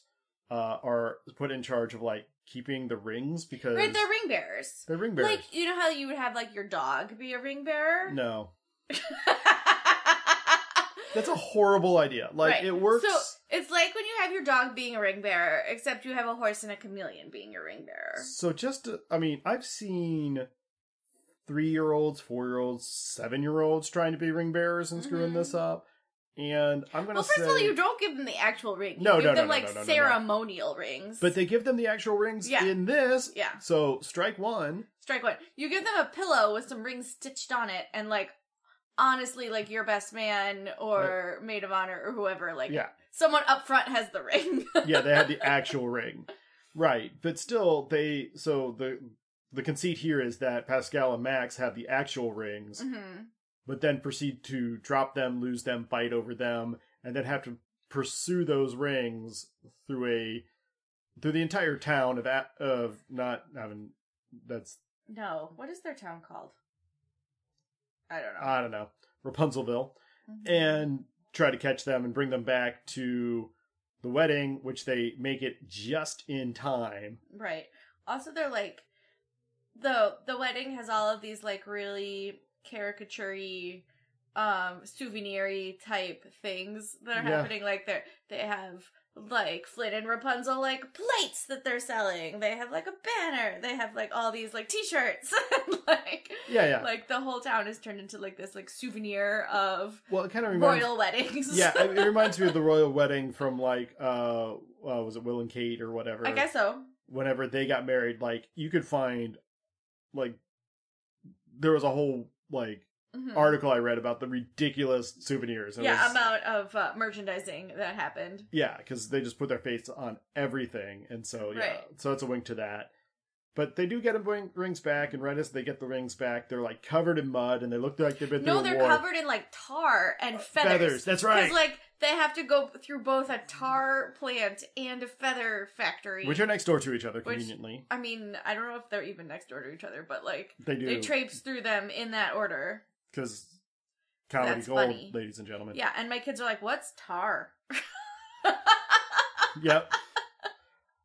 uh are put in charge of like keeping the rings because Right, they're ring bearers. they're ring bearers. Like you know how you would have like your dog be a ring bearer. no. That's That's a horrible idea. Like Right. it works So it's like when you have your dog being a ring bearer, except you have a horse and a chameleon being your ring bearer. So just, to- I mean, I've seen three-year-olds, four-year-olds, seven-year-olds trying to be ring bearers and screwing Mhm. this up, and I'm gonna Well, first say, of all, you don't give them the actual ring. You No, give no, no, them no, like no, no, no, no. ceremonial rings. but they give them the actual rings Yeah. in this. yeah, So strike one. strike one. You give them a pillow with some rings stitched on it, and like honestly, like your best man or maid of honor or whoever, like yeah, someone up front has the ring. yeah, they had the actual ring, right? But still, they so the the conceit here is that Pascal and Max have the actual rings, Mhm. but then proceed to drop them, lose them, fight over them, and then have to pursue those rings through a through the entire town of A- of not I mean, that's No, what is their town called? I don't know. I don't know, Rapunzelville, Mhm. Uh, and try to catch them and bring them back to the wedding, which they make it just in time. Right. Also, they're like the the wedding has all of these like really caricaturey, um, souveniry type things that are Yeah. happening. Like they they have like Flynn and Rapunzel like plates that they're selling. They have like a banner. They have like all these like T-shirts. like Yeah, yeah. like the whole town is turned into like this like souvenir of well, it kind of reminds. royal weddings. yeah, it it reminds me of the royal wedding from like uh, uh was it Will and Kate or whatever. I guess so. whenever they got married, like you could find like there was a whole like Mhm. article I read about the ridiculous souvenirs. It yeah, was- amount of uh, merchandising that happened. yeah, because they just put their face on everything, and so yeah, Right. so that's a wink to that. But they do get them ring, rings back, and right as they get the rings back, they're like covered in mud, and they look like they've been No, through a they're war. covered in like tar and feathers. That's Because right. like they have to go through both a tar plant and a feather factory. Which are next door to each other Which- conveniently. I mean, I don't know if they're even next door to each other, but like They they do traipse through them in that order. because comedy That's gold, funny. ladies and gentlemen. Yeah, and my kids are like, "What's tar?" yep.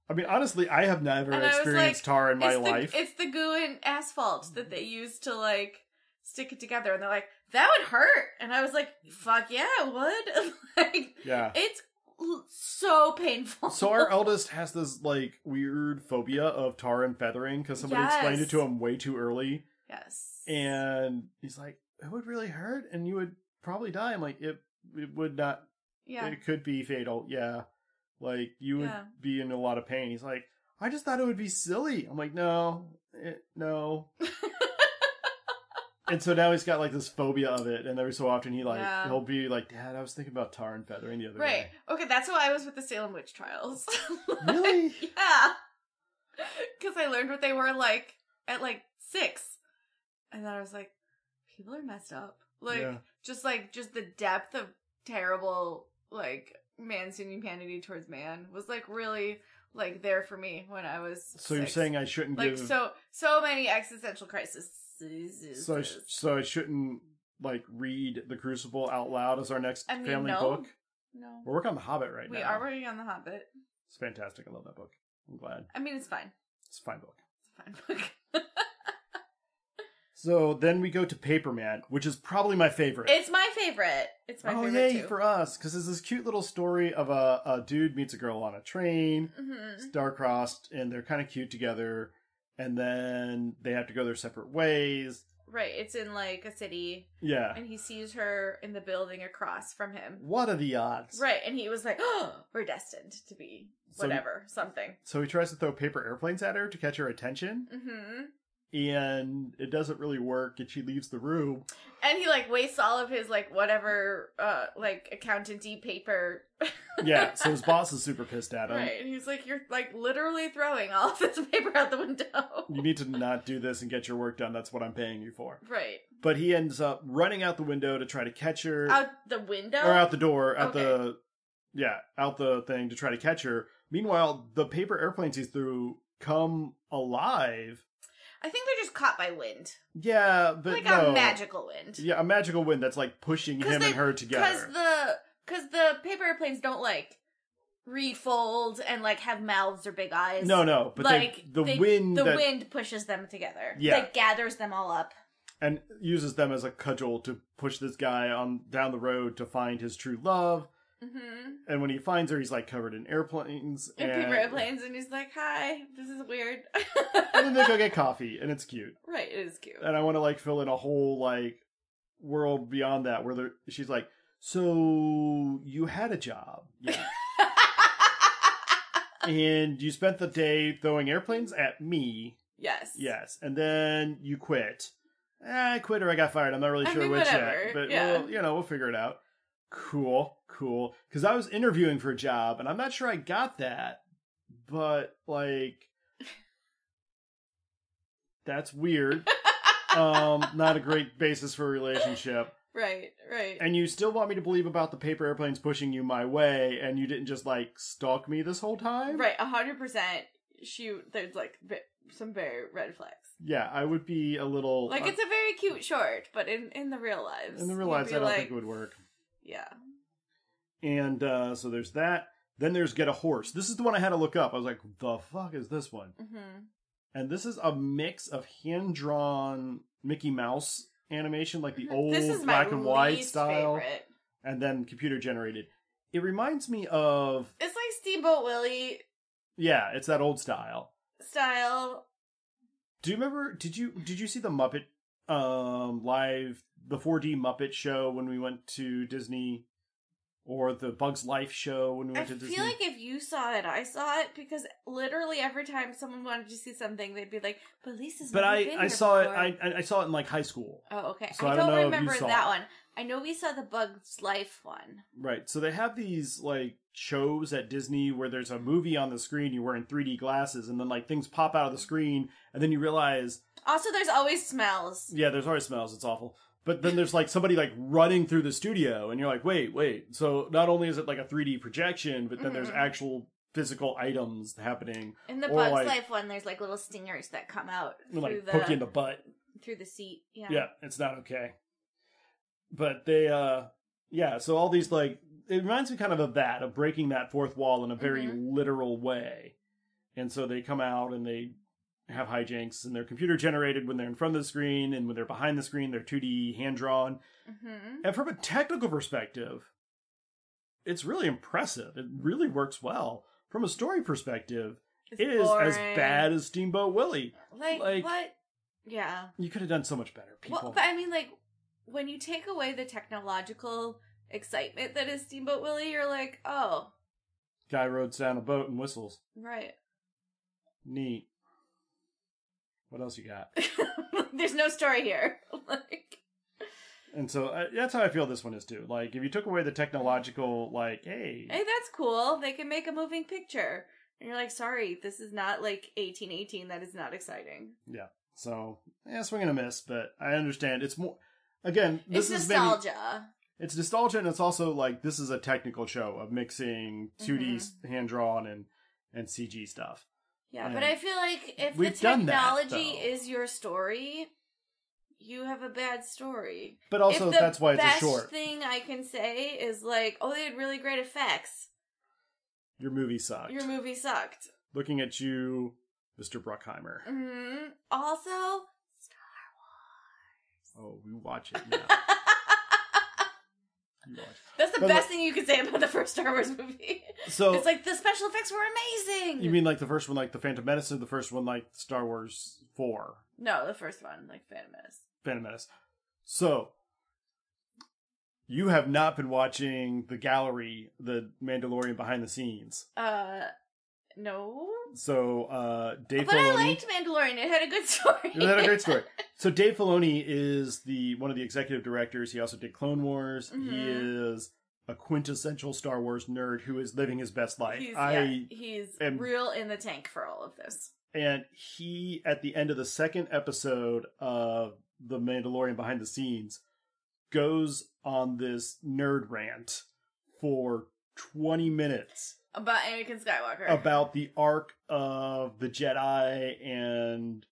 I mean, honestly, I have never And I was experienced like, tar in my it's the, life. It's the goo and asphalt that they use to like stick it together, and they're like, "That would hurt," and I was like, "Fuck yeah, it would!" like yeah. it's l- so painful. So our eldest has this like weird phobia of tar and feathering because somebody explained Yes. it to him way too early, yes, and he's like, "It would really hurt, and you would probably die." I'm like, "It, it would not. yeah. It could be fatal. Yeah, like you would Yeah. be in a lot of pain." He's like, "I just thought it would be silly." I'm like, "No, it, no." and so now he's got like this phobia of it, and every so often he like Yeah. he'll be like, "Dad, I was thinking about tar and feathering the other Right. Okay, that's how I was with the Salem witch trials. day." Really? yeah. Cuz I learned what they were like at like 6. And then I was like people are messed up. Like Yeah. just like just the depth of terrible like man's inhumanity towards man was like really like there for me when I was So you you're six. saying I shouldn't like give so so many existential crises. so I sh- so I shouldn't like read The Crucible out loud as our next I mean, family no. book. no. We're working on The Hobbit right we now. are working on the Hobbit. It's fantastic. I love that book. I'm glad I mean, it's fine. it's a fine book. It's a fine book. So then we go to Paperman, which is probably my favorite. It's my favorite. It's my oh favorite yay too. for us! Because it's this cute little story of a, a dude meets a girl on a train, Mhm. star-crossed, and they're kind of cute together. And then they have to go their separate ways. Right. It's in like a city, Yeah. and he sees her in the building across from him. What are the odds? Right, and he was like, "Oh, we're destined to be So- whatever, something." So he tries to throw paper airplanes at her to catch her attention. hmm and it doesn't really work and she leaves the room And he like wastes all of his like whatever, uh, like accountanty paper. yeah so his boss is super pissed at him Right, and he's like, "You're like literally throwing all of this paper out the you window." need to not do this and get your work done that's what i'm paying you for right but he ends up running out the window to try to catch her out the window. or out the door out the yeah out the thing to try to catch her meanwhile the paper airplanes he's through come alive I think they're just caught by wind, yeah but like no. a magical wind. yeah a magical wind that's like pushing 'Cause him they- and her because together the because the paper airplanes don't like refold and like have mouths or big eyes. no no but they- like, the they- wind the that wind pushes them together. Yeah. like gathers them all up. and uses them as a cudgel to push this guy on down the road to find his true love. Mm-hmm. And when he finds her, he's like covered in airplanes. And And, paper airplanes, and he's like, "Hi, this is weird." and then they go get coffee, and it's cute. right, it is cute. And I want to like fill in a whole like world beyond that where they're, she's like, "So you had a job, yeah, and you spent the day throwing airplanes at me, yes. yes, and then you quit. Eh, I quit or I got fired. I'm not really I sure mean, which whatever, yet, but yeah. we'll, you know, we'll figure it out. Cool, cool. Because I was interviewing for a job, and I'm not sure I got that, but like, that's weird. um, not a great basis for a relationship. Right. Right. And you still want me to believe about the paper airplanes pushing you my way, and you didn't just like stalk me this whole time, right. A hundred percent. She there's like bi- some very red flags. yeah, I would be a little Like it's a very cute short, but in in the real lives, uh, in the real you'd lives. be I don't like, think it would work. Yeah, And uh, so there's that. Then there's Get a Horse. This is the one I had to look up. I was like, the fuck is this one? hmm And this is a mix of hand drawn Mickey Mouse animation, like the old this is my black and white least style, Favorite. and then computer generated. It reminds me of, It's like Steamboat Willie yeah, it's that old style. style. Do you remember? Did you did you see the Muppet um live the 4D Muppet show when we went to Disney, or the Bugs Life show when we I went to feel Disney? like if you saw it, I saw it because literally every time someone wanted to see something, they'd be like, "But Lisa's." but never I been I here saw before. it. I I saw it in like high school. Oh, okay. So I, I don't, don't know if you remember saw that it. one. I know we saw the Bugs Life one. Right. So they have these like shows at Disney where there's a movie on the screen, you're wearing 3D glasses, and then like things pop out of the screen, and then you realize, Also, there's always smells. yeah, there's always smells, it's awful. But then there's like somebody like running through the studio, and you're like, wait, wait. So not only is it like a 3D projection, but then there's Mhm. actual physical items happening, In the Or, Bugs Oh, like- Life one, there's like little stingers that come out through like the, poke you in the butt. through the seat. Yeah. yeah it's not okay but they uh yeah so all these like it reminds me kind of of that of breaking that fourth wall in a very Mm-hmm. literal way and so they come out and they have hijinks and they're computer generated when they're in front of the screen and when they're behind the screen they're 2d hand drawn hmm and from a technical perspective it's really impressive it really works well from a story perspective It's it is as boring. bad as steamboat willie Like, like- what? Yeah. you could have done so much better people Well, but I mean, like when you take away the technological excitement that is Steamboat Willie, you're like, oh, guy rode down a boat and whistles right. Neat. What else you got? there's no story here. like, And so uh, that's how I feel this one is too. Like if you took away the technological, like, hey, hey, that's cool. They can make a moving picture. And you're like, sorry, this is not like 1818. That is not exciting. so yeah, swing and a miss. But I understand it's more. Again, this it's is maybe nostalgia. it's nostalgia, and it's also like this is a technical show of mixing 2D Mm-hmm. hand drawn and and CG stuff. Yeah, Yeah. but I feel like if the We've done that, technology though. is your story, you have a bad story. But also If the that's why it's a best short. thing I can say is like, oh, they had really great effects. Your movie sucked. Your movie sucked. Looking at you, Mr. Bruckheimer. hmm Also, Oh, we watch it now. we watch. that's the But best thing you could say about the first Star Wars movie. it. So it's like the special effects were amazing. You mean like the first one, like the Phantom Menace, or the first one, like Star Wars Four, no, the first one, like Phantom Menace. Phantom Menace? So you have not been watching the gallery, the Mandalorian behind the scenes. Uh, no. So uh, Dave but I Filoni, liked Mandalorian. It had a good story. You know, they had a great story. So Dave Filoni is the one of the executive directors. He also did Clone Wars. He Mhm. is a quintessential Star Wars nerd who is living his best life. He's, I yeah, he's am- real in the tank for all of this. and he at the end of the second episode of the mandalorian behind the scenes goes on this nerd rant for 20 minutes About Anakin Skywalker. about the arc of the jedi and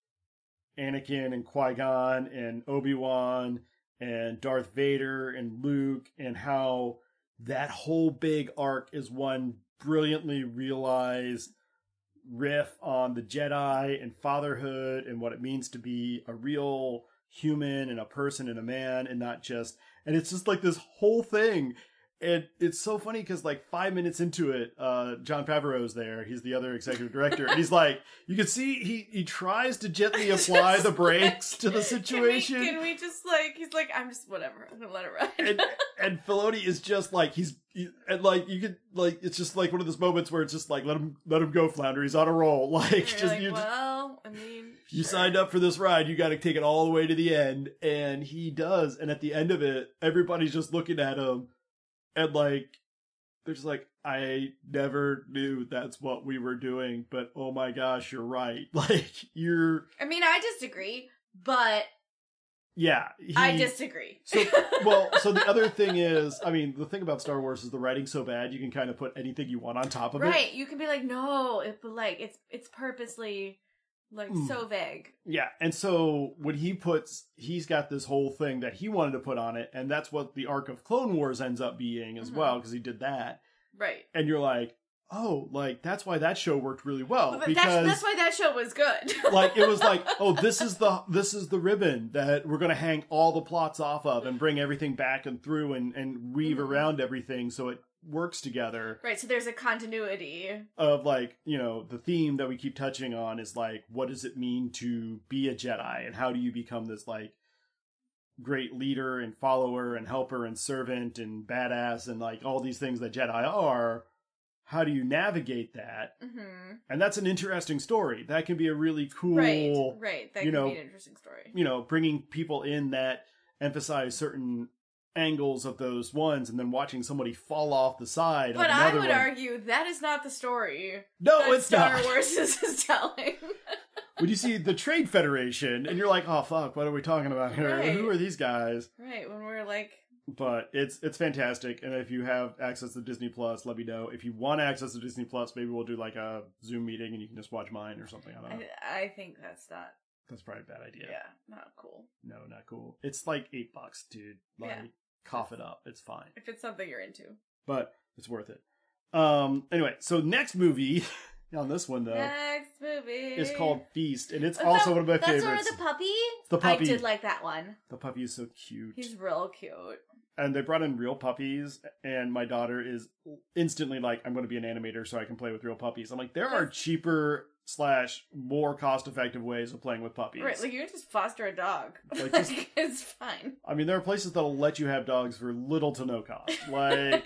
anakin and qui-gon and obi-wan and darth vader and luke and how that whole big arc is one brilliantly realized riff on the Jedi and fatherhood and what it means to be a real human and a person and a man and not just and it's just like this whole thing and it's so funny because like five minutes into it uh john favreau's there he's the other executive director and he's like you can see he he tries to gently apply the brakes to the Can we- situation Can we, just like he's like I'm just whatever. I'm gonna let it ride. and and Filoni is just like he's he- and like you could like it's just like one of those moments where it's just like let him let him go flounder he's on a roll like You're just like, you just, well, I mean, sure. you signed up for this ride you got to take it all the way to the end and he does and at the end of it everybody's just looking at him and like they're just like I never knew that's what we were doing but oh my gosh you're right like you're I mean, I disagree, but yeah he, I disagree. So well, so the other thing is, I mean, the thing about Star Wars is the writing's so bad you can kind of put anything you want on top of it. right? You can be like, no, it, but like it's it's purposely Like Mm. so vague. Yeah, and so when he puts, he's got this whole thing that he wanted to put on it, and that's what the arc of Clone Wars ends up being as Mhm. well, because he did that. Right. And you're like, oh, like that's why that show worked really well but Oh, because that's, that's why that show was good. like it was like, oh, this is the this is the ribbon that we're gonna hang all the plots off of and bring everything back and through and and weave Mhm. around everything so it works together. right, so there's a continuity. of like you know the theme that we keep touching on is like what does it mean to be a jedi and how do you become this like great leader and follower and helper and servant and badass and like all these things that jedi are how do you navigate that hmm and that's an interesting story that can be a really cool Right, right. That you could know, be an interesting story. you know bringing people in that emphasize certain angles of those ones and then watching somebody fall off the side But of I another would one. argue that is not the story no that it's Star not Wars is, is telling. when you see the Trade Federation, and you're like, "Oh fuck, what are we talking about here? Right. Who are these guys?" right, when we're like, But it's it's fantastic. And if you have access to Disney Plus, let me know. If you want access to Disney Plus, maybe we'll do like a Zoom meeting, and you can just watch mine or something. I don't know. I, I think that's not, That's probably a bad idea. yeah, not cool. No, not cool. It's like eight bucks, dude. Like, Yeah. cough it up. It's fine, If it's something you're into. but it's worth it. Um. Anyway, so next movie on this one though Next movie is called Feast, and it's That's also the- one of my that's the one with favorites. the puppy. The puppy. I did like that one. the puppy is so cute. He's real cute. and they brought in real puppies and my daughter is instantly like i'm going to be an animator so i can play with real puppies i'm like there are That's- cheaper slash more cost effective ways of playing with puppies Right, like you can just foster a dog. Like, Like, just- it's fine. i mean there are places that'll let you have dogs for little to no cost like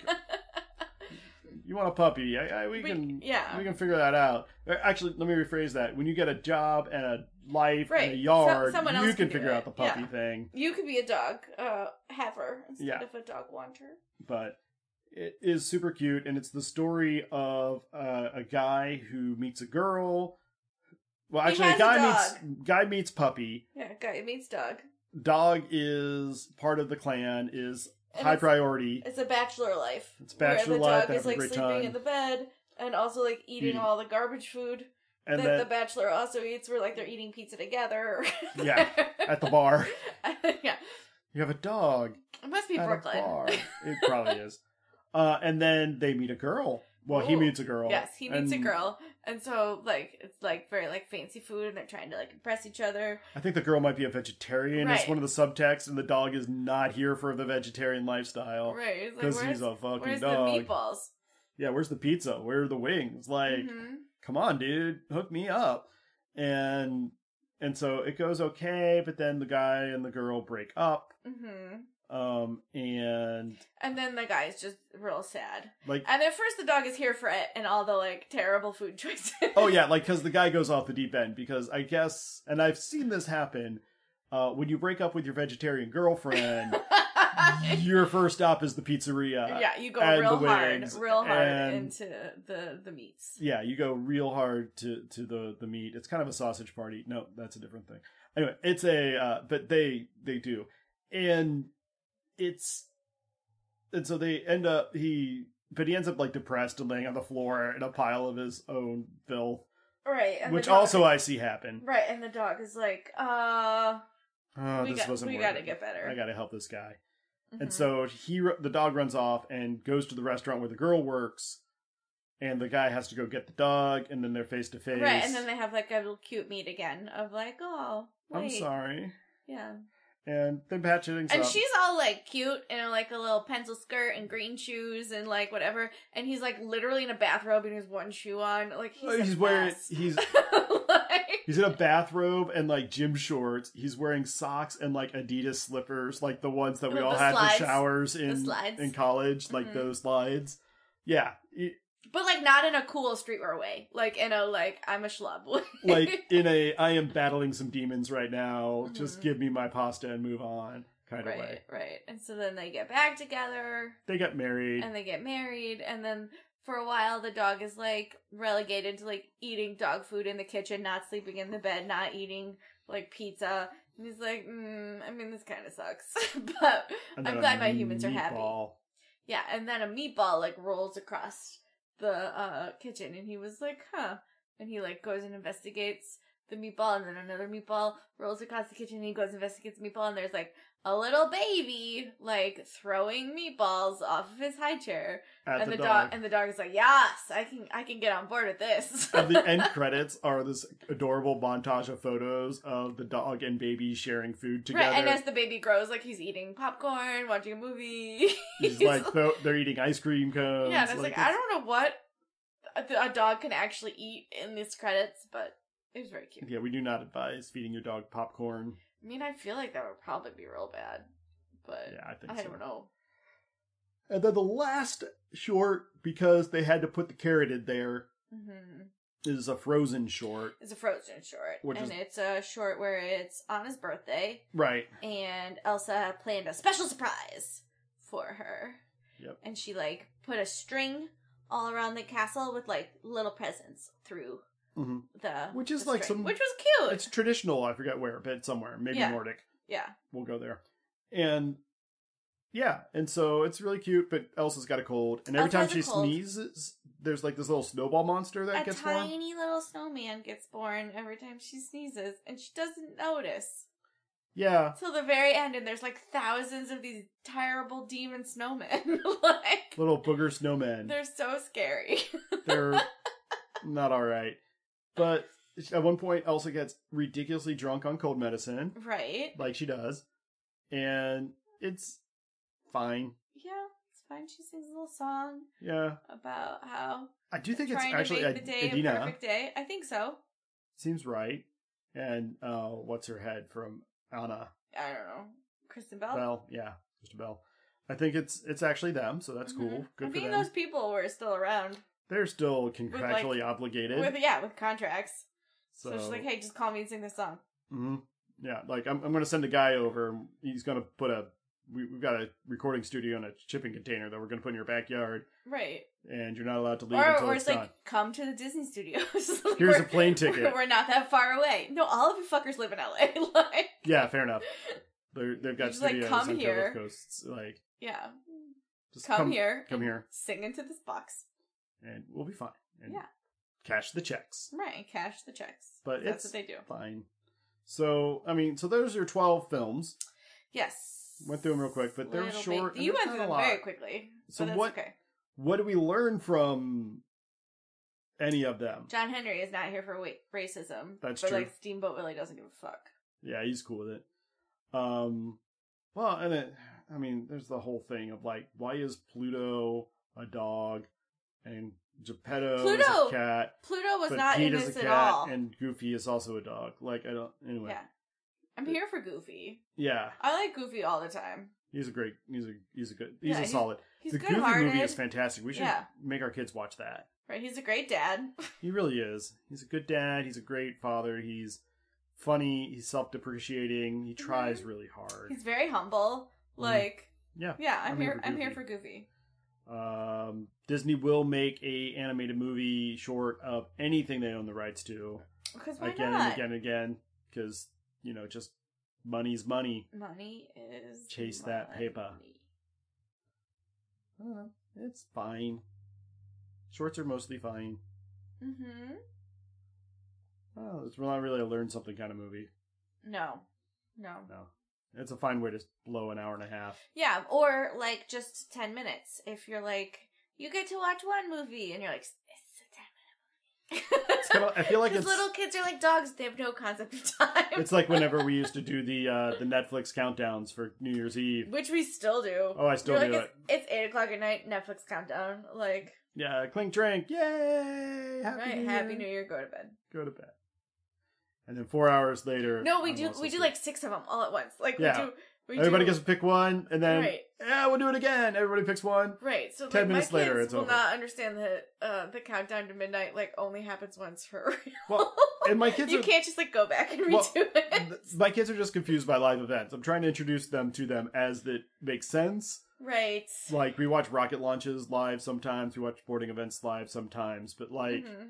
you want a puppy I, I, we, We- can yeah. we can figure that out Or actually let me rephrase that when you get a job and a life Right. and a So- yard someone you else can can do figure out it. the puppy Yeah. thing You could be a dog uh, haver instead Yeah. of a dog wanter. but it is super cute and it's the story of uh, a guy who meets a girl well He actually a has a guy meets guy meets puppy Yeah, guy meets dog. dog is part of the clan is And high it's- priority It's a bachelor life. It's where bachelor the life, dog is having a like great sleeping time. in the bed and also like eating Eating. all the garbage food and that the then bachelor also eats. Where like they're eating pizza together. yeah at the bar yeah, you have a dog it must be at Brooklyn. a bar it probably is uh, and then they meet a girl well he Ooh. meets a girl Yes, he meets a and girl, and so like it's like very like fancy food, and they're trying to like impress each other. i think the girl might be a vegetarian it's Right. one of the subtexts and the dog is not here for the vegetarian lifestyle Right? It's like, because where's, Oh, he's a fucking where's dog. the meatballs? yeah, where's the pizza? Where are the wings? Like, Mhm. come on, dude, hook me up. And and so it goes okay, but then the guy and the girl break up. hmm Um, and And then the guy's just real sad. like, And at first, the dog is here for it and all the like terrible food choices. oh yeah, like because the guy goes off the deep end because I guess, and I've seen this happen. Uh, when you break up with your vegetarian girlfriend, your first stop is the pizzeria. yeah, you go and real the hard, wings, real hard and- into the the meats. yeah, you go real hard to to the the meat. It's kind of a sausage party. No, that's a different thing. Anyway, it's a uh, but they they do, and it's and so they end up he but he ends up like depressed and laying on the floor in a pile of his own filth, Right, and the which dog- also uh, I see happen. right, and the dog is like, uh, Oh, we this got wasn't we worth gotta it. get better. I gotta help this guy. And Mhm. so he ru- the dog runs off and goes to the restaurant where the girl works, and the guy has to go get the dog, and then they're face to face. right, and then they have like a little cute meet again of like, oh, I'm wait. sorry. yeah, and then patching things and up. she's all like cute in like a little pencil skirt and green shoes and like whatever, and he's like literally in a bathrobe and has one shoe on, like he's, Oh, he's wearing he's like, he's in a bathrobe and like gym shorts. He's wearing socks and like Adidas slippers, like the ones that we With all the had slides. for showers in slides. in college, like Mhm. those slides. Yeah, E, it- but like not in a cool streetwear way, like in a like I'm a schlub. way. like in a I am battling some demons right now. Just Mhm. give me my pasta and move on kind of right, way. right. And so then they get back together They get married. and they get married, and then for a while the dog is like relegated to like eating dog food in the kitchen, not sleeping in the bed, not eating like pizza. And he's like, mm, I mean, this kind of sucks, but and I'm then a glad my humans are happy. meatball. Yeah, and then a meatball like rolls across the uh kitchen and he was like, "Huh." And he like goes and investigates the meatball, and then another meatball rolls across the kitchen, and he goes and investigates the meatball, and there's like a little baby like throwing meatballs off of his high chair, At and the, the, dog. dog. and the dog is like, "Yes, I can, I can get on board with this." and the end credits are this adorable montage of photos of the dog and baby sharing food together. Right, and as the baby grows, like he's eating popcorn, watching a movie. It's like tho- they're eating ice cream cones. yeah, and I was like, it's- I don't know what a, a dog can actually eat in these credits, but it was very cute. Yeah, we do not advise feeding your dog popcorn. I mean, I feel like that would probably be real bad, but Yeah, I think I so. don't know. And then the last short, because they had to put the carrot in there, hmm is a frozen short. It's a Frozen short, Which and is- it's a short where it's on his birthday, Right. and Elsa had planned a special surprise for her. Yep. And she like put a string all around the castle with like little presents through hmm the Which is the like string, some- which was cute. It's traditional. I forget where, but somewhere, maybe Yeah. Nordic. yeah. We'll go there. And yeah, and so it's really cute. But Elsa's got a cold, and every Elsa time has a she cold. sneezes, there's like this little snowball monster that a gets born. tiny little snowman gets born every time she sneezes, and she doesn't notice Yeah, till the very end. And there's like thousands of these terrible demon snowmen. like little booger snowmen. they're so scary. they're not all right. But at one point, Elsa gets ridiculously drunk on cold medicine, right? like she does, and it's fine. Yeah, it's fine. She sings a little song Yeah, about how I do think it's trying actually to make the day Adina a perfect day. I think so. seems right, and uh, what's her head from Anna? I don't know. Kristen Bell. Bell, yeah, Mr. Bell. I think it's it's actually them, so that's cool. Mm-hmm. I Good for mean, them. those people were still around They're still like, contractually obligated. with yeah with contracts. so So, she's like, hey, just call me and sing this song. hmm Yeah, like I'm, I'm going to send a guy over. and He's going to put a we, we've got a recording studio and a shipping container that we're going to put in your backyard, Right. and you're not allowed to leave Or, until or it's it's done. like, come to the Disney studios. Here's We're- a plane ticket. We're not that far away. No, all of you fuckers live in LA. like, yeah, fair enough. They're, they've got Just, like, studios come on here. both coasts. Like, yeah, just come, here, come here, sing into this box, and we'll be fine. And Yeah. cash the checks. right? Cash the checks. But that's it's- what they do. Fine. So I mean, so those are twelve films. Yes, Went through 'em real quick, but they're Little short bit- and you went there's not through a them lot. very quickly. So but that's what- Okay. What do we learn from any of them? John Henry is not here for wa- racism. That's but true. like Steamboat Willie doesn't give a fuck. Yeah, he's cool with it. Um, well, and it, I mean, there's the whole thing of like, why is Pluto a dog and Geppetto is Pluto a cat, Pluto was but not Pete in is this a at cat, all. and Goofy is also a dog. Like, I don't. Anyway, Yeah, I'm here for Goofy. Yeah, I like Goofy all the time. he's a great. He's a he's a good. He's Yeah, a he's- solid. He's the Goofy good-hearted. movie is fantastic. We should Yeah. make our kids watch that. Right, he's a great dad. He really is. He's a good dad. He's a great father. He's funny. He's self-depreciating. He tries Mhm. really hard. He's very humble. Like, Mm-hmm. Yeah. yeah, I'm, I'm here. here for I'm here Goofy. for Goofy. Um, Disney will make a animated movie short of anything they own the rights to Because why again not? and again and again because you know just money's money. Money is Chase that paper. money. I don't know. It's fine. Shorts are mostly fine. Mhm. Oh, it's not really a learn something kind of movie. No, no. No, it's a fine way to blow an hour and a half. Yeah, or like just ten minutes. If you're like, you get to watch one movie, and you're like, it's a ten minute movie. It's kind of, I feel like 'Cause it's little kids are like dogs; they have no concept of time. it's like whenever we used to do the uh, the Netflix countdowns for New Year's Eve. which we still do. Oh, I still You're like, do it's, it. It's eight o'clock at night. Netflix countdown. Like, Yeah, clink drink, yay! Happy right? New Happy Year. New Year. Go to bed. go to bed. And then four hours later, No, we I'm do. also We do asleep. like six of them all at once. Like Yeah. we do. We everybody do, gets to pick one, and then right. yeah, we'll do it again. Everybody picks one. Right. So 10 like, minutes my later, kids it's will over. not understand that uh, the countdown to midnight like only happens once for real. Well, and my kids Oh, you are- can't just like go back and redo Well, it. th- my kids are just confused by live events. I'm trying to introduce them to them as it makes sense. Right. Like we watch rocket launches live sometimes, we watch sporting events live sometimes, but like Mhm.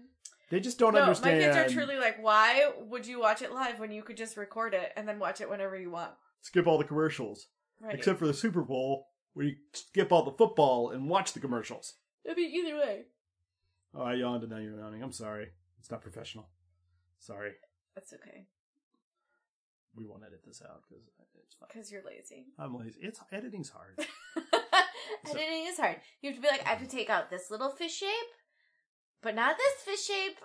they just don't no, understand. my kids are truly like, why would you watch it live when you could just record it and then watch it whenever you want? skip all the commercials Right. except for the Super Bowl, where you skip all the football and watch the commercials. I mean, either way. Oh, I yawned and now you're yawning. I'm sorry. It's not professional. Sorry. That's okay. We won't edit this out because it's fine. Because you're lazy. I'm lazy. It's editing's hard. So- Editing is hard. You have to be like, I have to take out this little fish shape, but not this fish shape.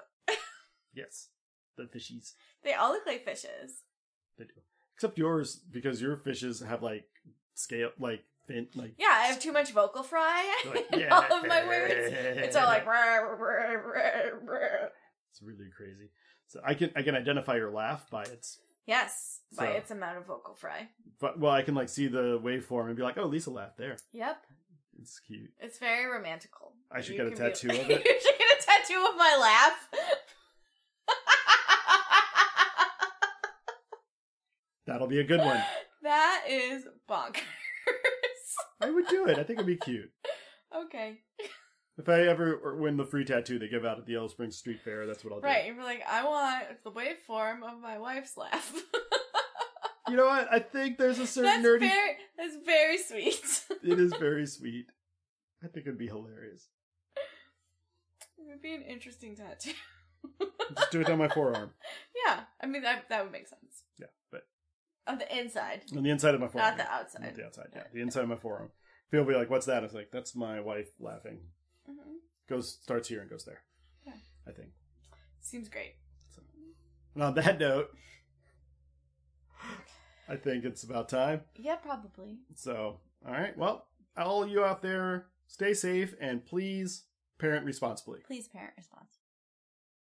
yes, the fishies They all look like fishes. they do. Except yours because your fishes have like scale, like fin, like Yeah, I have too much vocal fry. they're like, in all of my words. It's all like, "Rah, rah, rah, rah." it's really crazy. So I can I can identify your laugh by its, yes, by So- its amount of vocal fry. but well I can like see the waveform and be like, oh Lisa laughed there. Yep, It's cute. it's very romantical. I should You get a can be- tattoo of you it. should get a tattoo of my laugh. That'll be a good one. that is bonkers. I would do it. I think it'd be cute. okay, If I ever win the free tattoo they give out at the Yellow Springs Street Fair, that's what I'll do. right? You're like, I want the waveform of my wife's laugh. You know what? I think there's a certain that's nerdy. very, that's very sweet. It is very sweet. I think it'd be hilarious. it would be an interesting tattoo. Just do it on my forearm, Yeah, I mean that that would make sense. Yeah, but- on the inside, on the inside of my not forearm, the Not outside. the outside. Yeah, the inside of my forearm. People be like, "What's that?" I was like, "That's my wife laughing." hmm Goes starts here and goes there. Yeah. I think. Seems great. And on that note, I think it's about time. Yeah, probably. So, all right. Well, all you out there, stay safe and please parent responsibly. Please parent responsibly.